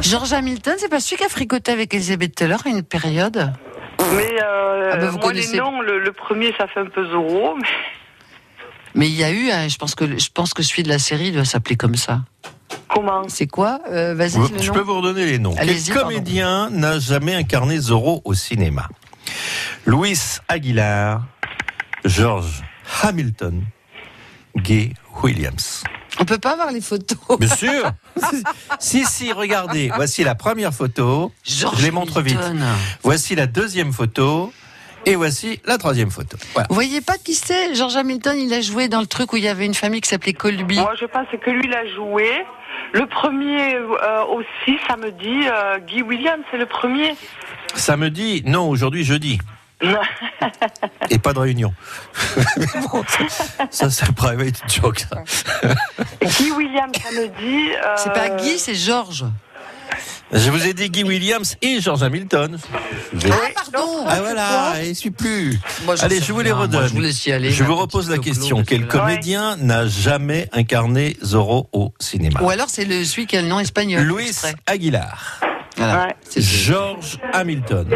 Speaker 3: George Hamilton, c'est pas celui qui a fricoté avec Elizabeth Taylor à une période
Speaker 2: Mais euh,
Speaker 3: Ah ben, vous
Speaker 2: moi,
Speaker 3: connaissez-
Speaker 2: les noms, le, le premier, ça fait un peu Zorro. Mais
Speaker 3: Mais il y a eu, hein, je, pense que, je pense que celui de la série doit s'appeler comme ça.
Speaker 2: Comment
Speaker 3: C'est quoi Euh, Vas-y,
Speaker 1: Vous-
Speaker 3: le
Speaker 1: je
Speaker 3: nom.
Speaker 1: peux vous redonner les noms. Quel
Speaker 3: Allez-y, pardon.
Speaker 1: comédien n'a jamais incarné Zorro au cinéma Luis Aguilar, George Hamilton, Guy Williams.
Speaker 3: On peut pas avoir les photos.
Speaker 1: Bien sûr Si, si, regardez, voici la première photo.
Speaker 3: George
Speaker 1: Je les montre vite.
Speaker 3: Hamilton.
Speaker 1: Voici la deuxième photo. Et voici la troisième photo. Voilà.
Speaker 3: Vous voyez pas qui c'est George Hamilton, il a joué dans le truc où il y avait une famille qui s'appelait Colby.
Speaker 2: Moi, je pense que lui, il a joué. Le premier euh, aussi, ça me dit, euh, Guy Williams, c'est le premier.
Speaker 1: Samedi, non, aujourd'hui jeudi. Et pas de réunion. Mais bon, ça, ça, c'est un private joke. ça.
Speaker 2: Guy Williams, ça me dit. euh,
Speaker 3: C'est pas Guy, c'est George.
Speaker 1: Je vous ai dit Guy Williams et George Hamilton.
Speaker 3: Ah, pardon
Speaker 1: Ah voilà, je suis plus.
Speaker 3: Moi, j'en
Speaker 1: Allez,
Speaker 3: sais
Speaker 1: je vous
Speaker 3: rien.
Speaker 1: les redonne.
Speaker 3: Moi, je vous laisse y aller,
Speaker 1: Je
Speaker 3: ma
Speaker 1: vous
Speaker 3: petite
Speaker 1: repose la
Speaker 3: Toclo,
Speaker 1: question.
Speaker 3: parce que
Speaker 1: Quel
Speaker 3: là-
Speaker 1: comédien n'a jamais incarné Zorro au cinéma
Speaker 3: Ou alors c'est le, celui qui a le nom espagnol.
Speaker 1: Luis
Speaker 3: exprès.
Speaker 1: Aguilar,
Speaker 3: Voilà.
Speaker 1: George Hamilton,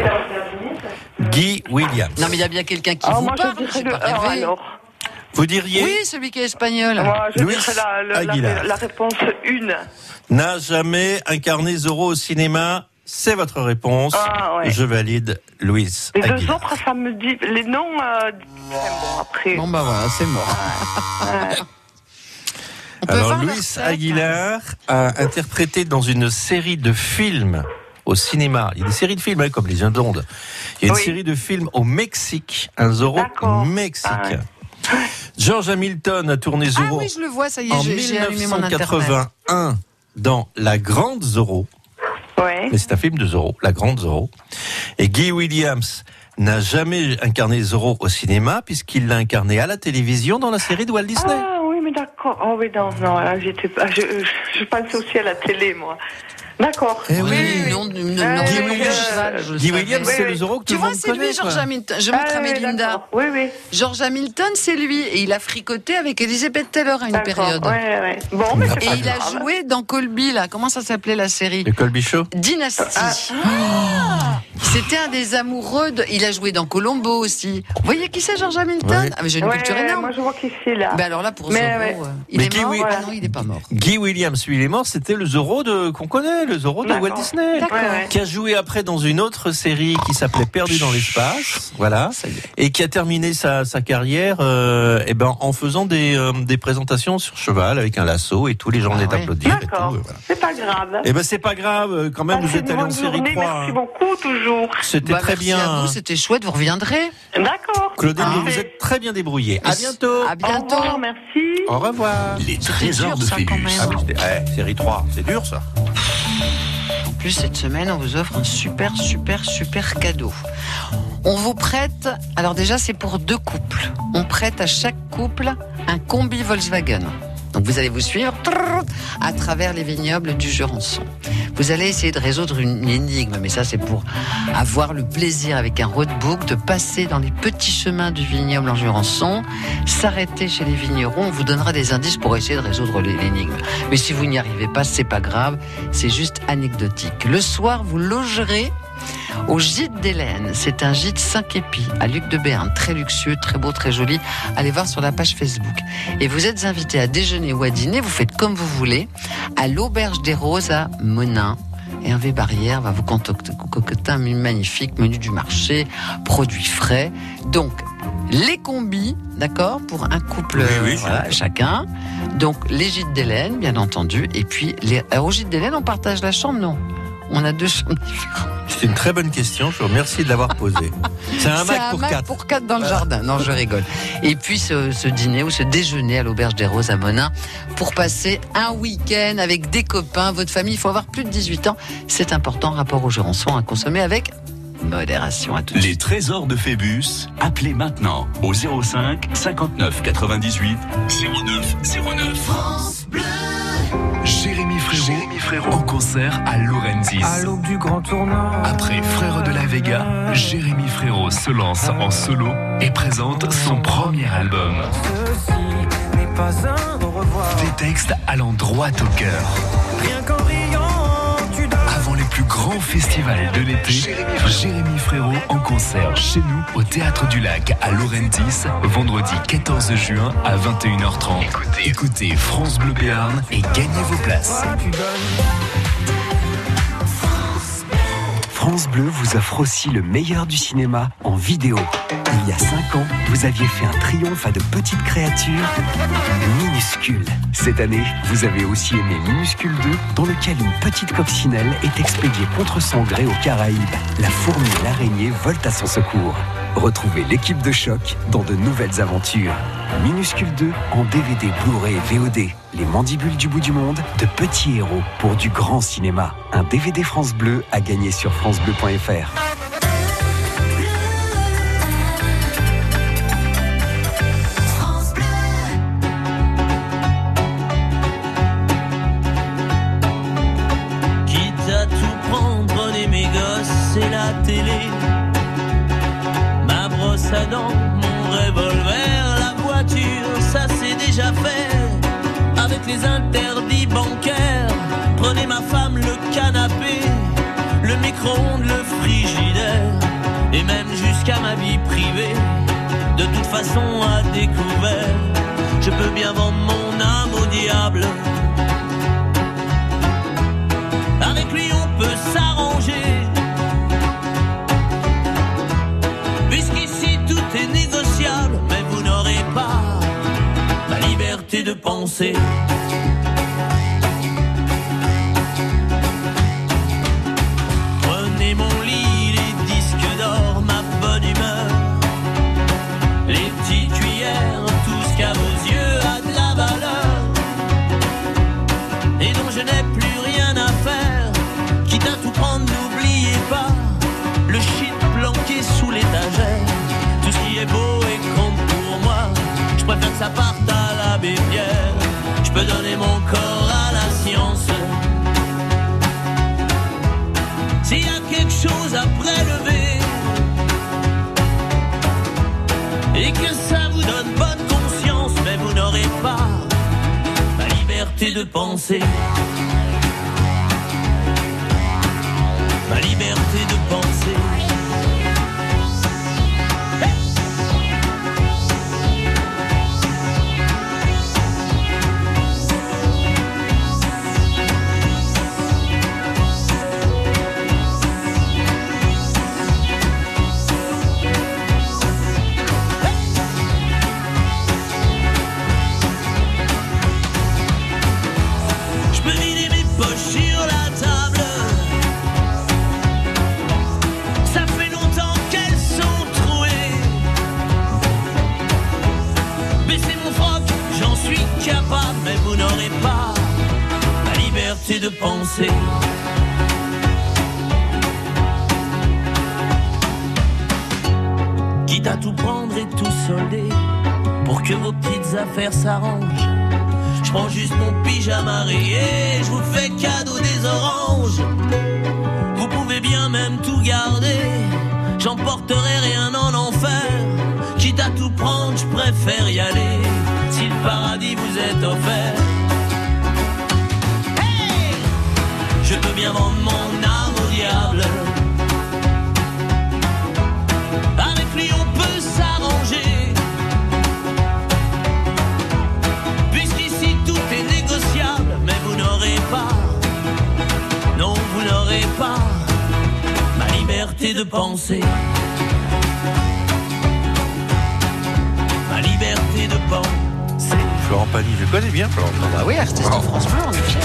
Speaker 1: Guy Williams.
Speaker 3: Non, mais il y a bien quelqu'un qui
Speaker 2: Ah,
Speaker 3: vous
Speaker 2: moi, je
Speaker 3: parle,
Speaker 2: dirais
Speaker 3: c'est
Speaker 2: le
Speaker 3: pas
Speaker 2: R,
Speaker 3: rêvé.
Speaker 2: alors.
Speaker 1: Vous diriez
Speaker 3: Oui, celui qui est espagnol.
Speaker 2: Moi, je
Speaker 1: Luis
Speaker 2: dirais la, la- la-
Speaker 1: Aguilar.
Speaker 2: la réponse 1.
Speaker 1: n'a jamais incarné Zorro au cinéma C'est votre réponse.
Speaker 2: Ah, ouais.
Speaker 1: Je valide Luis
Speaker 2: Les deux
Speaker 1: Aguilar.
Speaker 2: autres, ça me dit. Les noms. euh, bon, après.
Speaker 3: Bon, bah voilà, c'est mort. On peut
Speaker 1: Alors,
Speaker 3: voir leur
Speaker 1: Luis
Speaker 3: tête, hein.
Speaker 1: Aguilar a interprété dans une série de films au cinéma. Il y a des séries de films, hein, comme Les Indes. Il y a une
Speaker 2: Oui.
Speaker 1: série de films au Mexique. Un Zorro
Speaker 2: D'accord.
Speaker 1: mexicain. George Hamilton a tourné
Speaker 3: Ah
Speaker 1: Zorro
Speaker 3: oui, je le vois, ça y
Speaker 1: en
Speaker 3: est, j'ai- j'ai allumé mon internet.
Speaker 1: 1981 dans La Grande Zorro.
Speaker 2: Ouais.
Speaker 1: Mais c'est un film de Zorro, La Grande Zorro. Et Guy Williams n'a jamais incarné Zorro au cinéma puisqu'il l'a incarné à la télévision dans la série de Walt Disney.
Speaker 2: Ah oui, mais d'accord. Oh, mais non, non, là, j'étais pas. Je, je, je pensais aussi à la télé, moi. D'accord.
Speaker 1: Eh
Speaker 3: Oui,
Speaker 1: oui.
Speaker 3: le nom du le
Speaker 2: Euh,
Speaker 3: nom
Speaker 2: Guy
Speaker 3: du nom du
Speaker 2: Williams.
Speaker 3: cheval, Ah, je le
Speaker 1: Guy
Speaker 3: savais.
Speaker 1: Williams,
Speaker 2: Oui,
Speaker 1: c'est
Speaker 2: oui.
Speaker 1: le Zorro que
Speaker 3: Tu
Speaker 1: tout le
Speaker 3: vois,
Speaker 1: monde
Speaker 3: c'est lui,
Speaker 1: connaît.
Speaker 3: George
Speaker 1: quoi.
Speaker 3: Hamilton. Je
Speaker 2: Ah,
Speaker 3: mettrai
Speaker 2: oui,
Speaker 3: Mélinda.
Speaker 2: d'accord. Oui, oui.
Speaker 3: George Hamilton, c'est lui. Et il a fricoté avec Elisabeth Taylor à une
Speaker 2: D'accord.
Speaker 3: période.
Speaker 2: Ouais, ouais. Bon, mais c'est
Speaker 3: Et
Speaker 2: pas
Speaker 3: il a
Speaker 2: grave.
Speaker 3: joué dans Colby, là. Comment ça s'appelait la série
Speaker 1: Le Colby Show
Speaker 3: Dynasty.
Speaker 1: Ah.
Speaker 3: C'était un des amoureux. De... Il a joué dans Colombo aussi. Vous voyez qui c'est, George Hamilton
Speaker 1: Ouais.
Speaker 3: Ah, mais j'ai une
Speaker 2: Ouais,
Speaker 3: culture énorme.
Speaker 2: Moi, je vois qui c'est là.
Speaker 3: Ben alors là, pour
Speaker 2: Mais
Speaker 3: Zorro,
Speaker 2: ouais.
Speaker 3: euh, il
Speaker 1: Mais
Speaker 3: est
Speaker 1: qui,
Speaker 3: mort.
Speaker 1: oui.
Speaker 3: Ah non, il n'est pas mort.
Speaker 1: Guy Williams, lui, il est mort, c'était le Zorro de- qu'on connaît, le Zorro de
Speaker 2: D'accord.
Speaker 1: Walt Disney.
Speaker 3: D'accord.
Speaker 2: Ouais, ouais.
Speaker 1: Qui a joué après dans une autre série qui s'appelait Perdu dans l'espace, voilà,
Speaker 3: Ça y est.
Speaker 1: et qui a terminé sa, sa carrière euh, eh ben, en faisant des, euh, des présentations sur cheval avec un lasso et tous les gens
Speaker 3: Ah
Speaker 1: venaient
Speaker 3: ouais.
Speaker 1: applaudir. Et, tout,
Speaker 2: D'accord.
Speaker 1: euh, voilà.
Speaker 2: C'est pas grave.
Speaker 1: Eh ben c'est pas grave, quand même
Speaker 2: Passez
Speaker 1: vous
Speaker 2: une
Speaker 1: êtes allé en
Speaker 2: bonne
Speaker 1: série
Speaker 2: journée,
Speaker 1: 3.
Speaker 2: Merci
Speaker 1: hein.
Speaker 2: beaucoup, toujours.
Speaker 1: C'était
Speaker 3: Bah,
Speaker 1: très
Speaker 3: merci
Speaker 1: bien.
Speaker 3: à vous,
Speaker 1: hein.
Speaker 3: c'était chouette. Vous reviendrez.
Speaker 2: D'accord.
Speaker 1: Claudine,
Speaker 2: Parfait.
Speaker 1: vous êtes très bien débrouillée. À bientôt.
Speaker 3: À
Speaker 2: Au
Speaker 3: bientôt.
Speaker 2: revoir, merci.
Speaker 1: Au revoir.
Speaker 4: Les trésors
Speaker 3: dur,
Speaker 4: de
Speaker 3: ça, quand
Speaker 4: Phébus.
Speaker 3: même.
Speaker 1: Ah oui, c'était- eh, série 3, c'est dur ça.
Speaker 3: En plus, cette semaine, on vous offre un super, super, super cadeau. On vous prête, alors déjà, c'est pour deux couples. On prête à chaque couple un combi Volkswagen. Donc vous allez vous suivre trrr, à travers les vignobles du Jurançon. Vous allez essayer de résoudre une énigme, mais ça c'est pour avoir le plaisir avec un roadbook de passer dans les petits chemins du vignoble en Jurançon, s'arrêter chez les vignerons, on vous donnera des indices pour essayer de résoudre l'énigme. Mais si vous n'y arrivez pas, c'est pas grave, c'est juste anecdotique. Le soir, vous logerez au gîte d'Hélène. C'est un gîte 5 épis à Luc de Béarn. Très luxueux, très beau, très joli. Allez voir sur la page Facebook. Et vous êtes invité à déjeuner ou à dîner, vous faites comme vous voulez, à l'Auberge des Roses à Monin. Hervé Barrière va vous concocter concocter un menu magnifique, menu du marché, produits frais. Donc, les combis, d'accord, pour un couple
Speaker 1: Oui, oui,
Speaker 3: voilà, chacun. Donc, les gîtes d'Hélène, bien entendu. Et puis, les... alors, au gîte d'Hélène, on partage la chambre, non On a deux chambres
Speaker 1: C'est une très bonne question, je vous remercie de l'avoir posée. C'est un
Speaker 3: c'est
Speaker 1: Mac pour
Speaker 3: hamac
Speaker 1: 4.
Speaker 3: pour quatre dans le jardin. Non, je rigole. Et puis ce, ce dîner ou ce déjeuner à l'auberge des Roses à Monin pour passer un week-end avec des copains, votre famille. Il faut avoir plus de 18 ans. C'est important. Rapport au Gérançon à consommer avec modération. À tout de suite.
Speaker 4: Les trésors de Phébus, appelez maintenant au 05 59 98 09 09.
Speaker 6: Jérémy Frérot, en concert à Lorenzis.
Speaker 8: À l'aube du grand tournant.
Speaker 6: Après Frères de la Vega, Jérémy Frérot se lance en solo et présente son premier album.
Speaker 8: Ceci n'est pas un au revoir.
Speaker 6: Des textes allant droit au cœur.
Speaker 8: Rien qu'en riant, tu donnes.
Speaker 6: Avant les plus grands festivals de l'été, Jérémy Frérot en concert chez nous au Théâtre du Lac à Laurentis, vendredi 14 juin à 21h30. Écoutez, écoutez France Bleu Béarn et gagnez vos places.
Speaker 8: Toi, tu donnes.
Speaker 12: France Bleu vous offre aussi le meilleur du cinéma en vidéo. Il y a 5 ans, vous aviez fait un triomphe à de petites créatures minuscules. Cette année, vous avez aussi aimé Minuscule 2, dans lequel une petite coccinelle est expédiée contre son gré aux Caraïbes. La fourmi et l'araignée volent à son secours. Retrouvez l'équipe de choc dans de nouvelles aventures. Minuscule 2 en DVD Blu-ray et VOD. Les mandibules du bout du monde, de petits héros pour du grand cinéma. Un DVD France Bleu à gagner sur francebleu.fr.
Speaker 7: Quitte à tout prendre. dans mon revolver. La voiture, ça c'est déjà fait. Avec les interdits bancaires, prenez ma femme le canapé, le micro-ondes, le frigidaire, et même jusqu'à ma vie privée. De toute façon, à découvert, je peux bien vendre mon âme au diable. Avec lui, on peut s'arranger. Puisqu'ici tout est négociable, mais vous n'aurez pas ma liberté de penser. Prenez mon lit, les disques d'or, ma bonne humeur, les petites cuillères, tout ce qu'à vos yeux a de la valeur, et dont je n'ai plus rien à faire, quitte à tout prendre, n'oubliez pas le shit planqué sous l'étagère. Tout ce qui est beau et compte pour moi. Je préfère que ça parte à la bébière. Je peux donner mon corps à la science. S'il y a quelque chose à prélever et que ça vous donne bonne conscience, mais vous n'aurez pas ma liberté de penser. Ma liberté de penser. Je peux vider mes poches sur la table. Ça fait longtemps qu'elles sont trouées. Baissez mon froc, j'en suis capable, mais vous n'aurez pas ma liberté de penser. Quitte à tout prendre et tout solder pour que vos petites affaires s'arrangent. Je prends juste mon pyjama rayé, je vous fais cadeau des oranges. Vous pouvez bien même tout garder, j'emporterai rien en enfer. Quitte à tout prendre, je préfère y aller, si le paradis vous est offert. Hey je peux bien vendre mon âme au diable. Avec lui, on peut s'arranger. Puisqu'ici tout est négociable, mais vous n'aurez pas, non, vous n'aurez pas ma liberté de penser. Ma liberté de penser.
Speaker 1: Florent Pagny, je le connais bien, Florent.
Speaker 3: Ah oui, artiste en hein. France Bleu, on est fiers.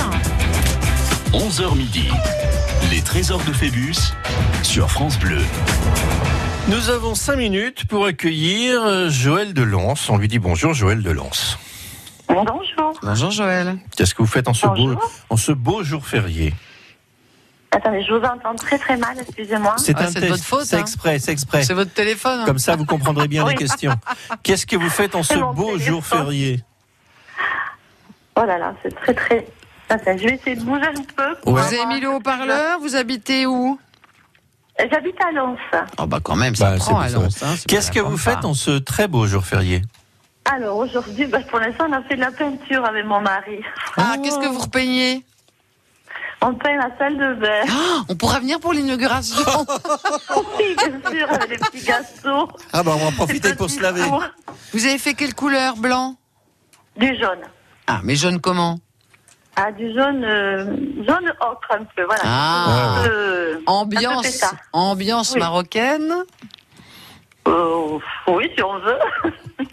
Speaker 4: 11h midi, les trésors de Phébus sur France Bleu.
Speaker 1: Nous avons cinq minutes pour accueillir euh, Joël de Lens. On lui dit bonjour, Joël de Lens.
Speaker 13: Bonjour.
Speaker 1: Bonjour, Joël. Qu'est-ce que vous faites en ce, beau,
Speaker 13: Bonjour.
Speaker 1: en ce beau jour férié
Speaker 13: Attendez, je vous entends très très mal, excusez-moi.
Speaker 1: Hein
Speaker 3: Ah,
Speaker 1: C'est
Speaker 3: hein.
Speaker 1: exprès, c'est exprès. C'est
Speaker 3: votre téléphone. hein
Speaker 1: Comme ça, vous comprendrez bien
Speaker 13: Oui.
Speaker 1: les questions. Qu'est-ce que vous faites en ce
Speaker 13: C'est mon
Speaker 1: beau jour
Speaker 13: téléphone.
Speaker 1: férié
Speaker 13: Oh là là, c'est très très. Attends, je vais essayer de bouger un peu.
Speaker 3: Vous avez mis le haut-parleur, vous habitez où
Speaker 13: J'habite à Lens.
Speaker 3: Oh bah quand même, ça
Speaker 1: Bah,
Speaker 3: prend
Speaker 1: c'est-
Speaker 3: à
Speaker 1: c'est-
Speaker 3: Lens, hein, c'est
Speaker 1: Qu'est-ce
Speaker 3: pas
Speaker 1: que
Speaker 3: la
Speaker 1: vous
Speaker 3: pampa.
Speaker 1: faites en ce très beau jour férié
Speaker 13: Alors aujourd'hui, bah, pour l'instant, on a fait de la peinture avec mon mari.
Speaker 3: Ah, qu'est-ce que vous repeignez
Speaker 13: On peint la salle de bain.
Speaker 3: on pourra venir pour l'inauguration.
Speaker 13: oui, bien sûr, avec les petits gâteaux.
Speaker 1: Ah bah on va en profiter pour se laver.
Speaker 3: Vous avez fait quelle couleur Blanc
Speaker 13: Du jaune.
Speaker 3: Ah, mais jaune comment
Speaker 13: Ah, du jaune, euh, jaune ocre un peu, voilà. Euh,
Speaker 3: Ah.
Speaker 13: Un peu- un peu
Speaker 3: Ambiance,
Speaker 13: pétard.
Speaker 3: ambiance
Speaker 13: Oui.
Speaker 3: marocaine.
Speaker 13: Euh, oui, si on veut.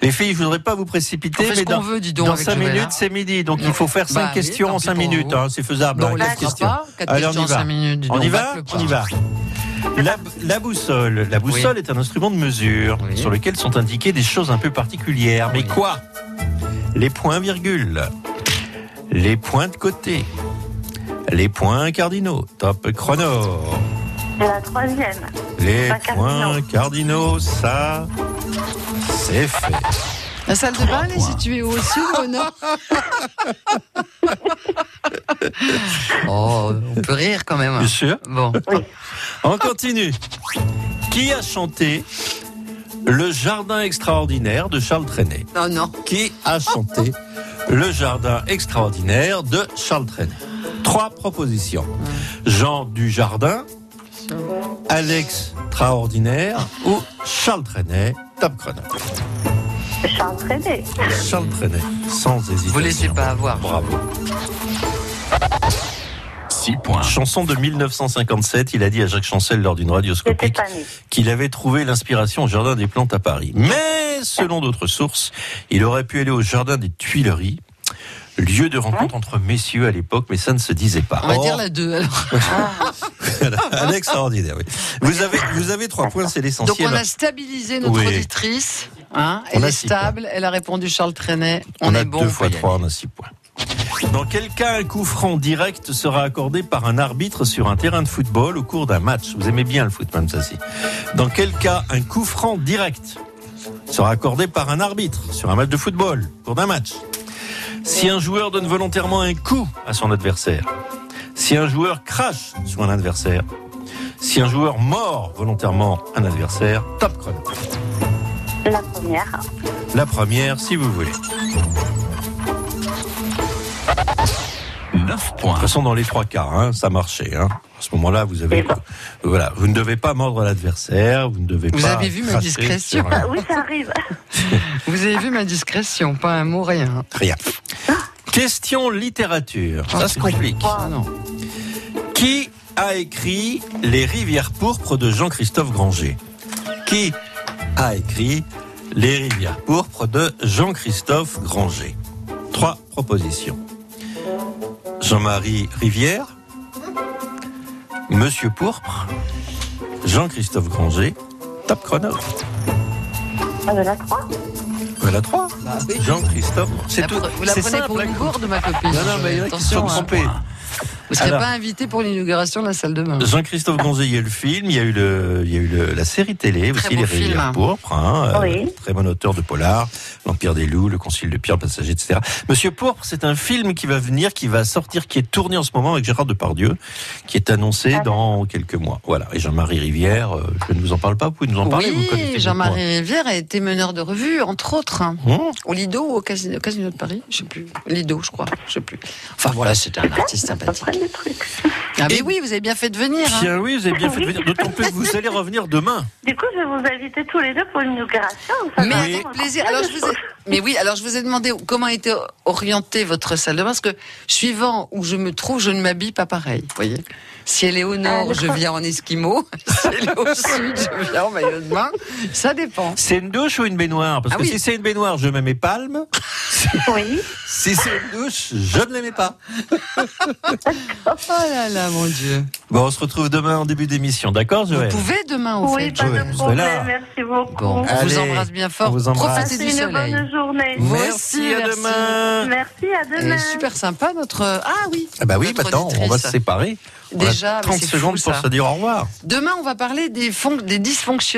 Speaker 1: Les filles, je voudrais pas vous précipiter,
Speaker 3: On fait ce
Speaker 1: mais
Speaker 3: qu'on
Speaker 1: dans,
Speaker 3: veut, dis donc,
Speaker 1: dans
Speaker 3: avec
Speaker 1: 5
Speaker 3: Joël,
Speaker 1: minutes,
Speaker 3: hein.
Speaker 1: c'est midi. Donc il faut faire
Speaker 3: Bah
Speaker 1: 5
Speaker 3: oui,
Speaker 1: questions
Speaker 3: tant
Speaker 1: en
Speaker 3: pis
Speaker 1: 5
Speaker 3: pour
Speaker 1: minutes.
Speaker 3: vous.
Speaker 1: hein, c'est faisable.
Speaker 3: Bon,
Speaker 1: hein,
Speaker 3: on
Speaker 1: quatre
Speaker 3: les fera
Speaker 1: questions.
Speaker 3: pas, quatre
Speaker 1: Allez,
Speaker 3: questions
Speaker 1: on y
Speaker 3: en
Speaker 1: va.
Speaker 3: cinq minutes, dis
Speaker 1: on y
Speaker 3: donc,
Speaker 1: va
Speaker 3: bâcle pas.
Speaker 1: On y va. La, la boussole. La boussole est un instrument de mesure sur lequel sont indiquées des choses un peu particulières. Mais quoi Les points virgules, les points de côté, les points cardinaux, top chrono.
Speaker 13: Et la troisième.
Speaker 1: Les
Speaker 13: Pas
Speaker 1: points
Speaker 13: cardinaux.
Speaker 1: cardinaux, ça, c'est fait.
Speaker 3: La salle de bain elle est située au sud ou au nord Oh, on peut rire quand même.
Speaker 1: Bien sûr.
Speaker 3: Bon.
Speaker 1: On continue. Qui a chanté Le jardin extraordinaire de Charles Trenet.
Speaker 3: Non, non.
Speaker 1: Qui a chanté Le jardin extraordinaire de Charles Trenet Trois propositions. Jean Dujardin, Alex Traordinaire ou Charles Trenet, top chrono.
Speaker 13: Charles Trenet.
Speaker 1: Charles Trenet, sans hésitation. Vous laissez pas avoir. Bravo.
Speaker 4: 6 points.
Speaker 1: Chanson de 1957, il a dit à Jacques Chancel lors d'une radioscopique qu'il avait trouvé l'inspiration au Jardin des Plantes à Paris. Mais, selon d'autres sources, il aurait pu aller au Jardin des Tuileries, lieu de rencontre entre messieurs à l'époque, mais ça ne se disait pas. Oh,
Speaker 3: On va
Speaker 1: Or,
Speaker 3: dire la 2 alors.
Speaker 1: un extraordinaire, oui. Vous avez, vous avez trois points, c'est
Speaker 3: Donc
Speaker 1: l'essentiel.
Speaker 3: on a stabilisé notre
Speaker 1: Oui.
Speaker 3: auditrice. hein,
Speaker 1: On
Speaker 3: elle
Speaker 1: a
Speaker 3: est
Speaker 1: six points.
Speaker 3: stable, elle a répondu Charles Trenet.
Speaker 1: On,
Speaker 3: On,
Speaker 1: a
Speaker 3: est bon.
Speaker 1: deux
Speaker 3: on
Speaker 1: fois
Speaker 3: peut y
Speaker 1: trois, on a six points. Dans quel cas un coup franc direct sera accordé par un arbitre sur un terrain de football au cours d'un match Vous aimez bien le foot, même ça, si. Dans quel cas un coup franc direct sera accordé par un arbitre sur un match de football au cours d'un match Si un joueur donne volontairement un coup à son adversaire, si un joueur crache sur un adversaire, si un joueur mord volontairement un adversaire, top chrono.
Speaker 13: La première.
Speaker 1: La première, si vous voulez.
Speaker 4: 9 points.
Speaker 1: De toute façon, dans les trois cas, hein, ça marchait. hein. À ce moment-là, vous avez. Voilà, vous ne devez pas mordre l'adversaire, vous ne devez
Speaker 3: Vous
Speaker 1: pas.
Speaker 3: avez vu ma
Speaker 1: cracher
Speaker 3: discrétion.
Speaker 1: sur un-
Speaker 13: Oui, ça arrive.
Speaker 3: aller. Vous avez vu ma discrétion, pas un mot, rien.
Speaker 1: Rien. Question littérature. Ça se complique.
Speaker 3: Ah non.
Speaker 1: Qui a écrit Les rivières pourpres de Jean-Christophe Granger Qui a écrit Les rivières pourpres de Jean-Christophe Granger Trois propositions. Jean-Marie Rivière, Monsieur Pourpre, Jean-Christophe Granger, top chrono.
Speaker 13: Ah, de la 3.
Speaker 1: Voilà trois. Jean-Christophe, c'est
Speaker 3: Bah La
Speaker 1: tout.
Speaker 3: pre- Vous la
Speaker 1: c'est
Speaker 3: prenez
Speaker 1: simple,
Speaker 3: pour
Speaker 1: hein.
Speaker 3: une gourde, ma copine.
Speaker 1: Non, non, mais il y en a qui se sont
Speaker 3: Attention, hein.
Speaker 1: trompés.
Speaker 3: Vous serez
Speaker 1: Alors,
Speaker 3: pas invité pour l'inauguration de la salle de bain.
Speaker 1: Jean-Christophe Gonzé, il y a eu le film, il y a eu, le, il y a eu le- la série télé aussi,
Speaker 3: beau
Speaker 1: Les
Speaker 3: film,
Speaker 1: Rivières
Speaker 3: hein.
Speaker 1: Pourpres, hein, euh,
Speaker 13: Oui.
Speaker 1: très bon auteur de Polar, L'Empire des Loups, Le Concile de Pierre, Le Passager, etc. Monsieur Pourpre, c'est un film qui va venir, qui va sortir, qui est tourné en ce moment avec Gérard Depardieu, qui est annoncé
Speaker 13: Ah.
Speaker 1: dans quelques mois. Voilà, et Jean-Marie Rivière, euh, je ne vous en parle pas, vous pouvez nous en parler, vous connaissez mieux
Speaker 3: Oui,
Speaker 1: que moi.
Speaker 3: Jean-Marie Rivière a été meneur de revue, entre autres. hein.
Speaker 1: Hum
Speaker 3: Au Lido ou au Casino, au Casino de Paris Je sais plus. Lido, je crois. Je sais plus. Enfin voilà, c'était un artiste sympathique. Ah mais oui, vous avez bien fait de venir. hein.
Speaker 1: Bien oui, vous avez bien fait de venir, d'autant plus que vous allez revenir demain.
Speaker 13: Du coup, je vais vous inviter tous les deux pour une inauguration. Ça
Speaker 3: Mais
Speaker 13: va
Speaker 3: avec
Speaker 13: vraiment
Speaker 3: plaisir.
Speaker 13: faire
Speaker 3: Alors,
Speaker 13: des
Speaker 3: je vous ai- Mais oui, alors je vous ai demandé comment était orientée votre salle de bain, parce que suivant où je me trouve, je ne m'habille pas pareil. vous voyez si elle est au nord, Ah, je viens en esquimau. Si elle est au sud, je viens en maillot de bain. Ça dépend.
Speaker 1: C'est une douche ou une baignoire Parce
Speaker 3: Ah
Speaker 1: que
Speaker 3: oui.
Speaker 1: si c'est une baignoire, je mets mes palmes.
Speaker 13: Oui.
Speaker 1: Si c'est une douche, je ne les mets pas.
Speaker 3: Oh là là, mon Dieu.
Speaker 1: Bon, on se retrouve demain en début d'émission, d'accord, Joël
Speaker 3: Vous pouvez demain, au
Speaker 13: Oui,
Speaker 3: fait.
Speaker 13: pas
Speaker 1: Joël,
Speaker 13: de
Speaker 1: soyez là.
Speaker 13: problème. Merci beaucoup.
Speaker 3: Bon, on
Speaker 1: Allez,
Speaker 3: vous embrasse bien fort.
Speaker 1: on vous embrasse.
Speaker 3: Profitez
Speaker 13: Passez
Speaker 3: du
Speaker 13: une
Speaker 3: soleil.
Speaker 13: bonne journée.
Speaker 3: Vous
Speaker 1: Merci,
Speaker 3: aussi,
Speaker 1: à
Speaker 3: merci.
Speaker 1: demain.
Speaker 13: Merci, à
Speaker 3: Elle est
Speaker 13: demain.
Speaker 3: super sympa, notre. Ah oui.
Speaker 1: Ah bah oui,
Speaker 3: notre
Speaker 1: maintenant, on va
Speaker 3: auditrice.
Speaker 1: se séparer. On a
Speaker 3: Déjà, mais
Speaker 1: 30
Speaker 3: c'est fou,
Speaker 1: secondes pour
Speaker 3: ça.
Speaker 1: se dire au revoir.
Speaker 3: Demain, on va parler des, fon- des dysfonctionnements.